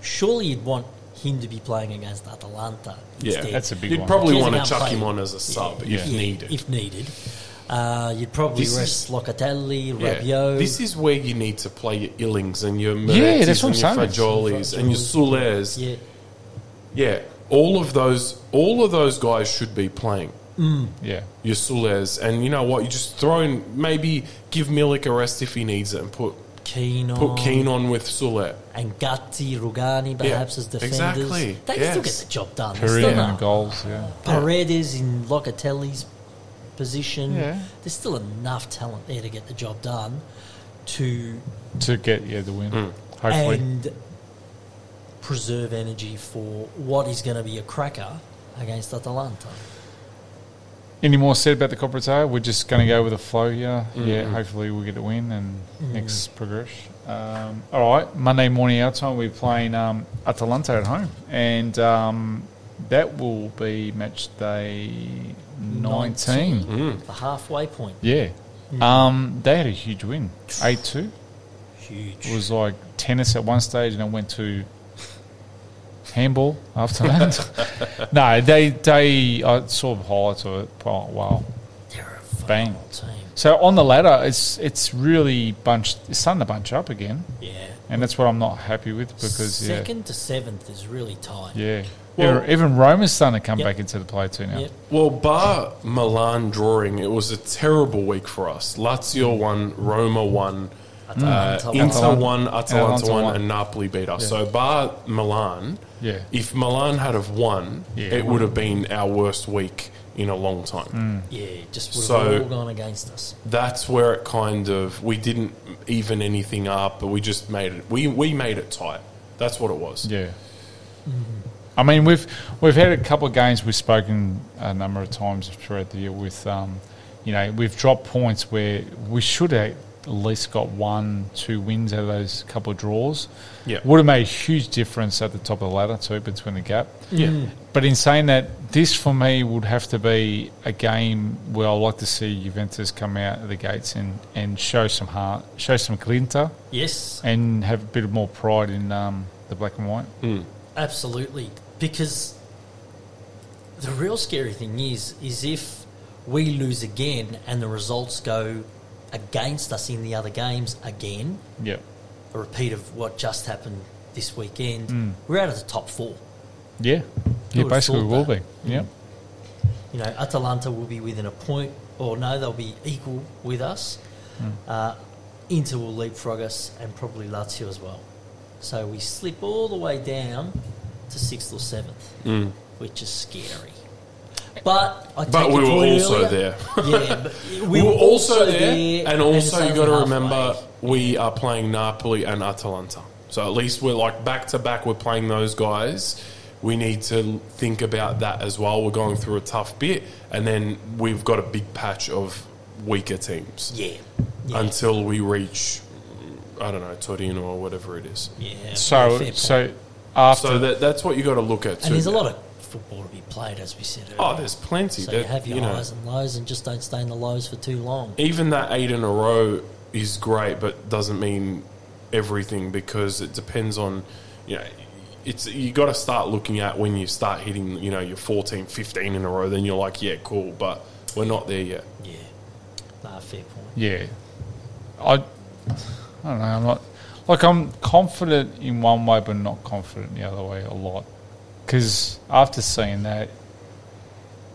C: surely you'd want him to be playing against Atalanta.
A: Yeah,
C: instead.
B: that's a big
A: You'd
B: one.
A: probably
C: Chiesa
A: want to
C: can't
A: chuck
C: play.
A: him on as a sub
B: Yeah.
A: if
C: Yeah,
A: needed.
C: If needed. Uh, you'd probably
A: This
C: rest Locatelli,
A: Yeah.
C: Rabiot.
A: This is where you need to play your Illings and your
B: Yeah,
A: Moretti's
B: that's what
A: and your
B: I'm saying.
A: Fajolis and your Sulares.
C: yeah,
A: Yeah, all of those, all of those guys should be playing.
B: yeah.
A: Your Sules, and you know what? You just throw in maybe give Milik a rest if he needs it, and put
C: Keane
A: put
C: on.
A: Keane on with Sule.
C: And Gatti, Rugani, perhaps as defenders.
A: exactly.
C: They can still get
A: Yes.
C: the job done. They're
B: Perea
C: still
B: and
C: not-
B: goals. Yeah,
C: Paredes in Locatelli's position.
B: Yeah.
C: There's still enough talent there to get the job done. To
B: to get yeah the win. Hopefully,
C: and preserve energy for what is going to be a cracker against Atalanta.
B: Any more said about the Coppertale? We're just going to go with the flow here. Yeah, hopefully we'll get a win and next progress. Um, all right, Monday morning our time, we're playing um, Atalanta at home. And um, that will be match day 19. Hmm.
C: The halfway point.
B: Yeah. Um, they had a huge win. 8 2.
C: Huge.
B: It was like tennis at one stage and it went to handball after that. no, they, they, I saw highlights of it. Oh, wow.
C: They're a
B: Bang.
C: phenomenal team.
B: So on the ladder, it's it's really bunched. It's starting to bunch up again,
C: Yeah.
B: and that's what I'm not happy with because
C: Second to seventh is really tight.
B: yeah, yeah.
A: Well-
B: even, even Roma's starting to come
C: Yep.
B: back into the play too now.
C: Yep.
A: Well, bar Milan drawing, it was a terrible week for us. Lazio won, Roma won,
B: Hmm.
A: uh,
C: Atalanta
A: Inter
B: won.
A: won, Atalanta
B: Atalanta
A: won,
B: won.
A: and Napoli beat us. So bar Milan,
B: Yeah.
A: if Milan had have won,
B: Yeah.
A: it would have been our worst week in a long time.
C: Yeah, it just would have
A: So-
C: all gone against us.
A: that's where it kind of we didn't even anything up, but we just made it. We we made it tight. That's what it was.
B: Yeah. I mean, we've we've had a couple of games we've spoken a number of times throughout the year with, um, you know, we've dropped points where we should have at least got one, two wins out of those couple of draws.
A: Yeah.
B: Would have made a huge difference at the top of the ladder, too, between the gap. Yeah. But in saying that, this for me would have to be a game where I like to see Juventus come out of the gates and, and show some heart, show some glinta,
C: Yes,
B: and have a bit more pride in um, the black and white.
C: absolutely. Because the real scary thing is, is if we lose again and the results go against us in the other games again,
B: Yep.
C: a repeat of what just happened this weekend, we're out of the top four.
B: Yeah. Yeah,
C: Who would've
B: basically
C: thought
B: will
C: that? Mm.
B: be. Yep.
C: You know, Atalanta will be within a point, or no, they'll be equal with us.
B: Hmm.
C: Uh, Inter will leapfrog us, and probably Lazio as well. So we slip all the way down to sixth or seventh, which is scary. But I
A: Hmm. But
C: take
A: we
C: your
A: were
C: point
A: also
C: earlier. Yeah, but
A: We, were also there, and also you
C: it's
A: got to
C: only
A: remember
C: halfway.
A: we are playing Napoli and Atalanta. So at least we're like back to back. We're playing those guys. We need to think about that as well. We're going through a tough bit, and then we've got a big patch of weaker teams
C: Yeah, yeah,
A: until we reach, I don't know, Torino or whatever it is.
C: yeah. fair
B: So
C: point.
B: so after
A: So that, that's what you got to look at.
C: and there's a lot of football to be played, as we said. Earlier.
A: Oh, there's plenty.
C: So
A: That-
C: you have your
A: you know,
C: highs and lows, and just don't stay in the lows for too long.
A: even that eight in a row is great, but doesn't mean everything because it depends on you know it's you got to start looking at when you start hitting you know your 14, 15 in a row. Then you're like, yeah, cool, but we're not there yet.
C: Yeah, nah, fair point.
B: yeah, I I don't know. I'm not like I'm confident in one way, but not confident the other way a lot. Because after seeing that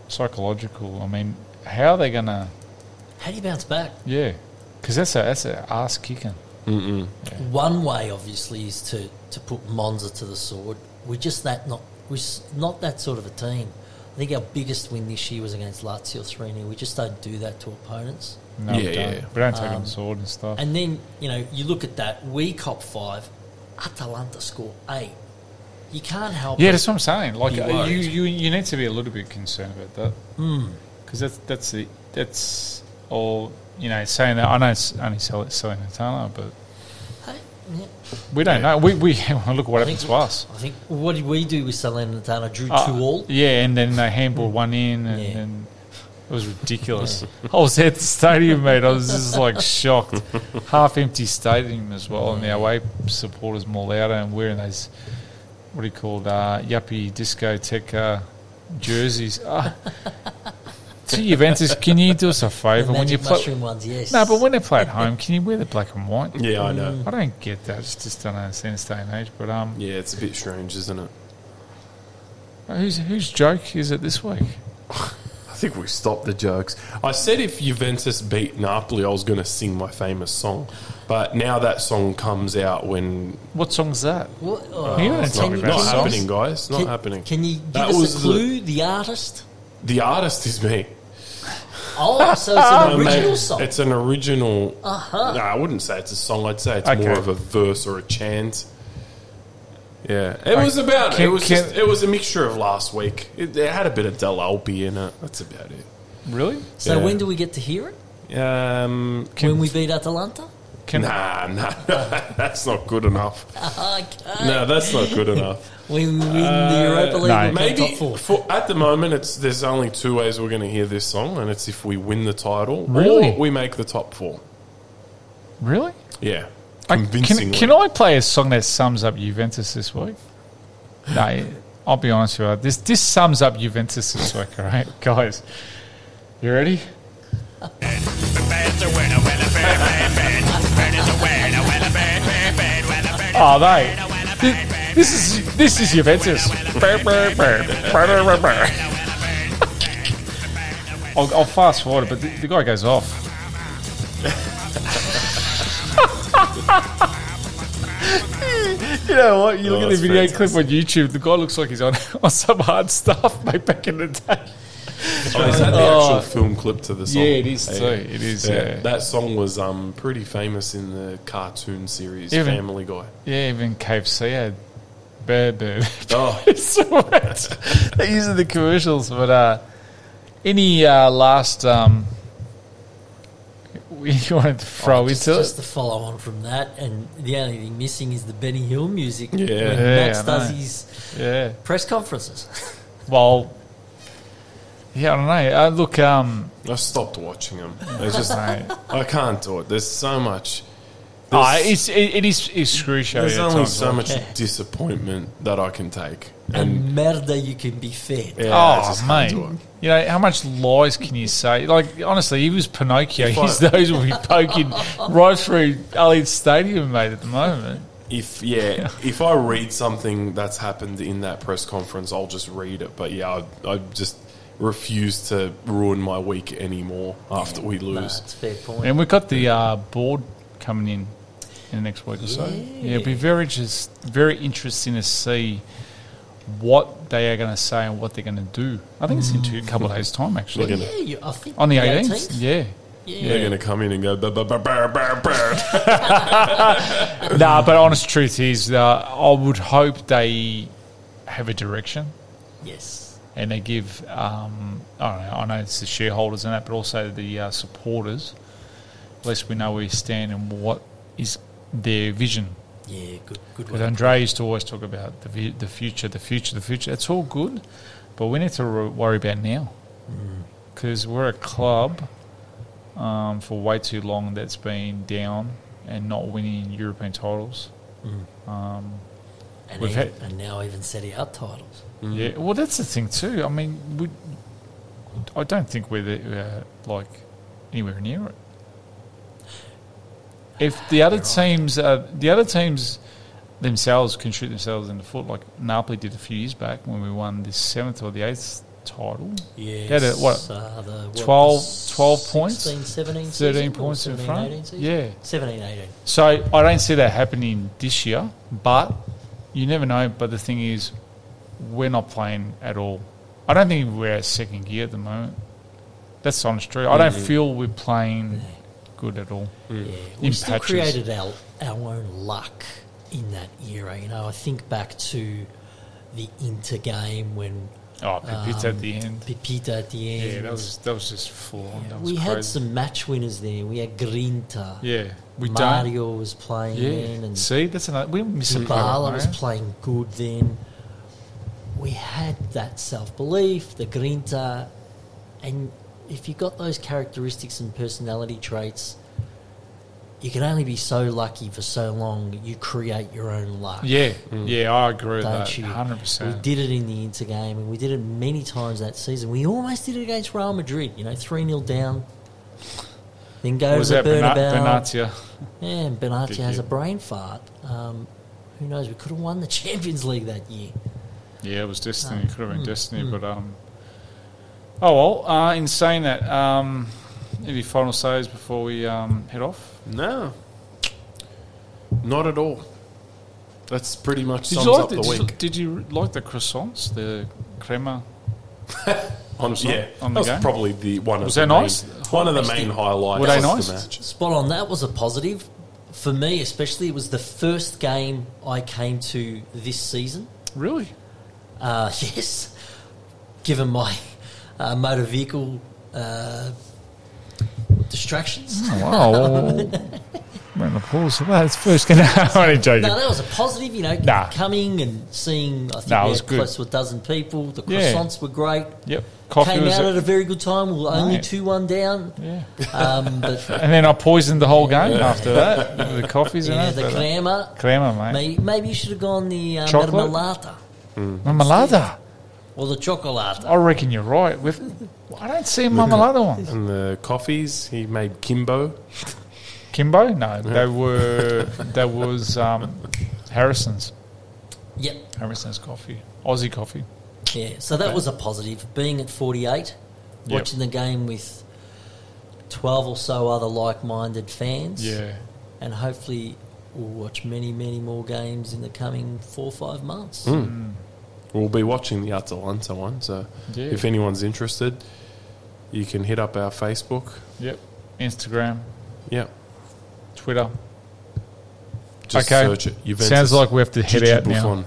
B: psychological, I mean, how are they gonna?
C: How do you bounce back?
B: Yeah, because that's a that's a ass kicking.
C: One way, obviously, is to, to put Monza to the sword. We're just that not we're s- not that sort of a team. I think our biggest win this year was against Lazio three 0 We just don't do that to opponents.
B: No,
A: Yeah,
B: we don't.
A: yeah.
B: We don't take
C: Um,
B: on the sword and stuff.
C: And then you know you look at that. We cop five, Atalanta score eight. You can't help.
B: yeah,
C: it.
B: that's what I'm saying. Like
C: Be
B: uh,
C: worried. Hmm.
B: you, you, you need to be a little bit concerned about that. Because that's that's the that's all you know. Saying that I know it's only sell- selling Natana, but
C: Hey, yeah.
B: we don't know. We we well, look what
C: I
B: happened
C: think-
B: to us.
C: I think what did we do with Salernitana? Drew
B: Uh,
C: two all.
B: Yeah, and then they handballed one in, and,
C: Yeah.
B: and it was ridiculous. I was at the stadium, mate. I was just like shocked. Half empty stadium as well, and the away supporters more louder, and wearing those what do you call uh, yuppie discotheque uh, jerseys. Ah. to Juventus, can you do us a
C: The
B: favour when you
C: magic
B: play?
C: mushroom ones, yes.
B: No, but when they play at home, can you wear the black and white?
A: Yeah, I know.
C: Mm.
B: I don't get that. It's just don't understand this day and age. But um,
A: Yeah, it's a bit strange, isn't it?
B: whose whose joke is it this week?
A: I think we stopped the jokes. I said if Juventus beat Napoli, I was going to sing my famous song, but now that song comes out when
B: What song's that?
C: What, oh,
B: You don't
C: can
B: talk
C: you-
B: about
A: not
C: can you-
B: songs.
A: happening, guys. Not
C: can,
A: happening.
C: Can you give
A: That
C: us
A: was
C: a
A: the-
C: clue? The, artist?
A: the artist is me.
C: Oh, so it's an
A: No, mate,
C: original song. Uh-huh.
A: It's an original. No, I wouldn't say it's a song. I'd say it's
B: Okay.
A: more of a verse or a chant. Yeah, it was about.
B: Can-
A: it was.
B: can-
A: just, it was a mixture of last week. It, it had a bit of Del Alpi in it. That's about it.
B: Really?
C: so
A: yeah.
C: when do we get to hear it?
A: Um,
B: Can-
C: when we beat Atalanta?
B: Can
A: nah, nah, that's not good enough.
C: Uh, Okay.
A: No, that's not good enough.
C: When we win the Europa League,
B: Uh, no.
C: we'll go
A: Maybe
C: top four.
A: for, at the moment, it's there's only two ways we're going to hear this song, and it's if we win the title
B: Really?
A: or we make the top four.
B: really?
A: Yeah,
B: I-
A: convincingly.
B: Can, can I play a song that sums up Juventus this week? No, I'll be honest with you. This this sums up Juventus this week. All right, guys, you ready? Oh, they. thi- This is this is Juventus. Brr, brr, brr, brr, brr, brr. I'll, I'll fast forward, it, but the, the guy goes off. You know what? You look
A: Oh,
B: at the
A: that's
B: video
A: fantastic.
B: clip on YouTube. The guy looks like he's on, on some hard stuff, mate. Back in the day.
A: Oh, is that the
B: Oh.
A: actual film clip to the song?
B: Yeah, it is too. It is, yeah.
A: That song was um, pretty famous in the cartoon series
B: Even-
A: Family Guy.
B: Yeah, even KFC had bird bird.
A: Oh,
B: It's so much. These are the commercials, but uh, any uh, last um, you wanted to throw
A: Oh,
C: just,
B: into
C: just
B: it?
C: to follow on from that, and the only thing missing is the Benny Hill music.
A: Yeah.
C: when
A: Yeah,
C: Max
B: I
C: does
B: know.
C: his
B: Yeah.
C: press conferences.
B: Well. Yeah, I don't know. Uh, look, um,
A: I stopped watching them. I just,
B: mate,
A: I can't do it. There's so much.
B: ah,
A: There's,
B: it's, it, it is excruciating.
A: there's
B: at
A: only
B: times,
A: so
B: like-
A: much
C: Yeah.
A: disappointment that I can take, and
C: and merda you can be fed.
A: yeah, I
B: Oh,
A: just can't
B: mate.
A: do it.
B: You know, how much lies can you say? Like, honestly, he was Pinocchio.
A: If I-
B: His nose will be poking right through Elliot Stadium, mate, at the moment.
A: If yeah, if I read something that's happened in that press conference, I'll just read it. But yeah, I, I just refuse to ruin my week anymore after we
C: No,
A: lose.
C: it's a fair point.
B: And we've got the uh, board coming in in the next week or so. Yeah, it'll be very just very interesting to see what they are going to say and what they're going to do. I think it's in two, a couple of days' time, actually.
A: They're gonna-
C: yeah, you, I think
B: On the 18th? Yeah.
A: They're
C: Yeah.
A: going to come in and go. "Bah, bah, bah, bah, bah, bah."
B: nah, but honest truth is, uh, I would hope they have a direction
C: Yes.
B: and they give, um, I don't know, I know it's the shareholders and that, but also the uh, supporters, at least we know where you stand and what is their vision
C: Yeah. Good. Good
B: Because
C: one.
B: Andrea used to always talk about the, vi- the future, the future, the future. It's all good, but we need to re- worry about now. Because we're a club um, for way too long that's been down and not winning European titles.
C: And,
B: we've
C: even,
B: had-
C: and now even set our titles.
B: Yeah, well, that's the thing too. I mean, we, I don't think we're the, uh, like anywhere near it. If the other teams, uh, the other teams themselves can shoot themselves in the foot, like Napoli did a few years back when we won the seventh or the eighth title,
C: Yeah.
B: They had a- what,
C: Uh, the, what
B: 12
C: the
B: 12 points?
C: 16, 17
B: thirteen
C: season or
B: points in
C: 17,
B: front.
C: 18 season?
B: Yeah,
C: 17, 18.
B: so I don't see that happening this year, but you never know. But the thing is, we're not playing at all. I don't think we're at second gear at the moment. That's the honest truth. I don't feel we're playing good at all.
C: Yeah, we
B: In
C: still
B: patches.
C: created our, our own luck in that era. You know, I think back to the Inter game when
B: Oh, Pepita at the end.
C: Pepita at the end.
B: Yeah, that was that was just full on.
C: Um, Yeah,
B: That was
C: we had
B: crazy.
C: some match winners there. We had Grinta.
B: Yeah, we don't.
C: Mario was playing then,
B: Yeah,
C: and
B: see, that's another. We miss a player,
C: Bala was
B: Mario.
C: playing good then. We had that self belief, the Grinta, and if you got those characteristics and personality traits, you can only be so lucky for so long. You create your own luck.
B: Yeah, yeah, I agree with
C: Mm. Don't
B: that.
C: you?
B: Hundred
C: We
B: percent.
C: did it in the intergame, and we did it many times that season. We almost did it against Real Madrid. You know, three 0 down, then go
B: Was
C: to
B: that
C: the
B: Bena-
C: Bernabeu.
B: Benatia?
C: Yeah, and Benati
B: Big
C: has
B: year.
C: a brain fart. Um, who knows? We could have won the Champions League that year.
B: Yeah, it was destiny. It could have been destiny, but um. Oh well. Uh, in saying that, um, any final says before we um, head off?
A: no, not at all. That's pretty much
B: Did
A: sums
B: you like
A: up
B: the,
A: the
B: did,
A: week.
B: you, did you like the croissants, the crema?
A: Honestly, yeah,
B: on
A: that
B: the
A: was
B: game?
A: probably the one.
B: Was
A: of the
B: that
A: main,
B: nice?
A: One of the main highlights.
B: Were they
A: of
B: nice?
A: The match.
C: Spot on. That was a positive for me, especially. It was the first game I came to this season.
B: Really?
C: Uh, yes, given my uh, motor vehicle uh, distractions.
B: Oh, Wow. Round of applause for that. It's first going to. I'm only joking.
C: No, that was a positive, you know,
B: Nah.
C: coming and seeing, I think
B: Nah, it
C: we
B: was
C: had
B: good.
C: close to a dozen people. The
B: Yeah.
C: croissants were great.
B: Yep. Coffee
C: Came
B: was.
C: out
B: a-
C: at a very good time. We were only
B: Mate.
C: 2 1 down.
B: yeah.
C: Um, but
B: And then I poisoned the whole game after that. The coffees
C: yeah,
B: and that.
C: the
B: but- uh,
C: glamour.
B: crema, mate.
C: Maybe, maybe you should have gone the uh,
B: Chocolate?
C: marmalata
B: Marmalada.
C: or the chocolata.
B: I reckon you're right. With I don't see marmalada ones.
A: And the coffees he made Kimbo.
B: Kimbo? No, they were. That was um, Harrison's.
C: Yep.
B: Harrison's coffee. Aussie coffee.
C: Yeah. So that was a positive. Being at 48,
B: Yep.
C: watching the game with 12 or so other like minded fans.
B: Yeah.
C: And hopefully we'll watch many, many more games in the coming four or five months.
A: We'll be watching the Atalanta one, so
B: Yeah.
A: if anyone's interested, you can hit up our Facebook.
B: Yep. Instagram,
A: Yeah,
B: Twitter.
A: just
B: okay.
A: search it. Juventus
B: Sounds like we have to head
A: Gigi
B: out now.
A: Buffon,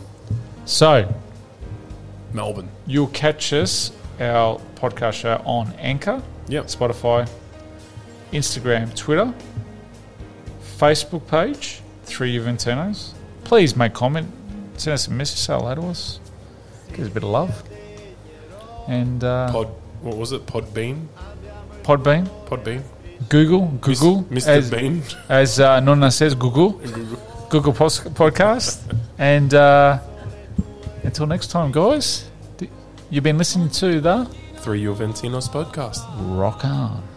B: So
A: Melbourne.
B: you'll catch us our podcast show on Anchor,
A: Yep.
B: Spotify, Instagram, Twitter, Facebook page, Three Juventinos. Please make comment, send us a message, say hello to us, give us a bit of love, and uh,
A: Pod. What was it? Podbean.
B: Podbean,
A: Podbean.
B: Google, Google,
A: Mr.
B: as-
A: Bean.
B: as uh, Nonna says, Google, Google Pos- Podcast. and uh, until next time, guys, d- you've been listening to the
A: Three Juventinos podcast.
B: Rock On.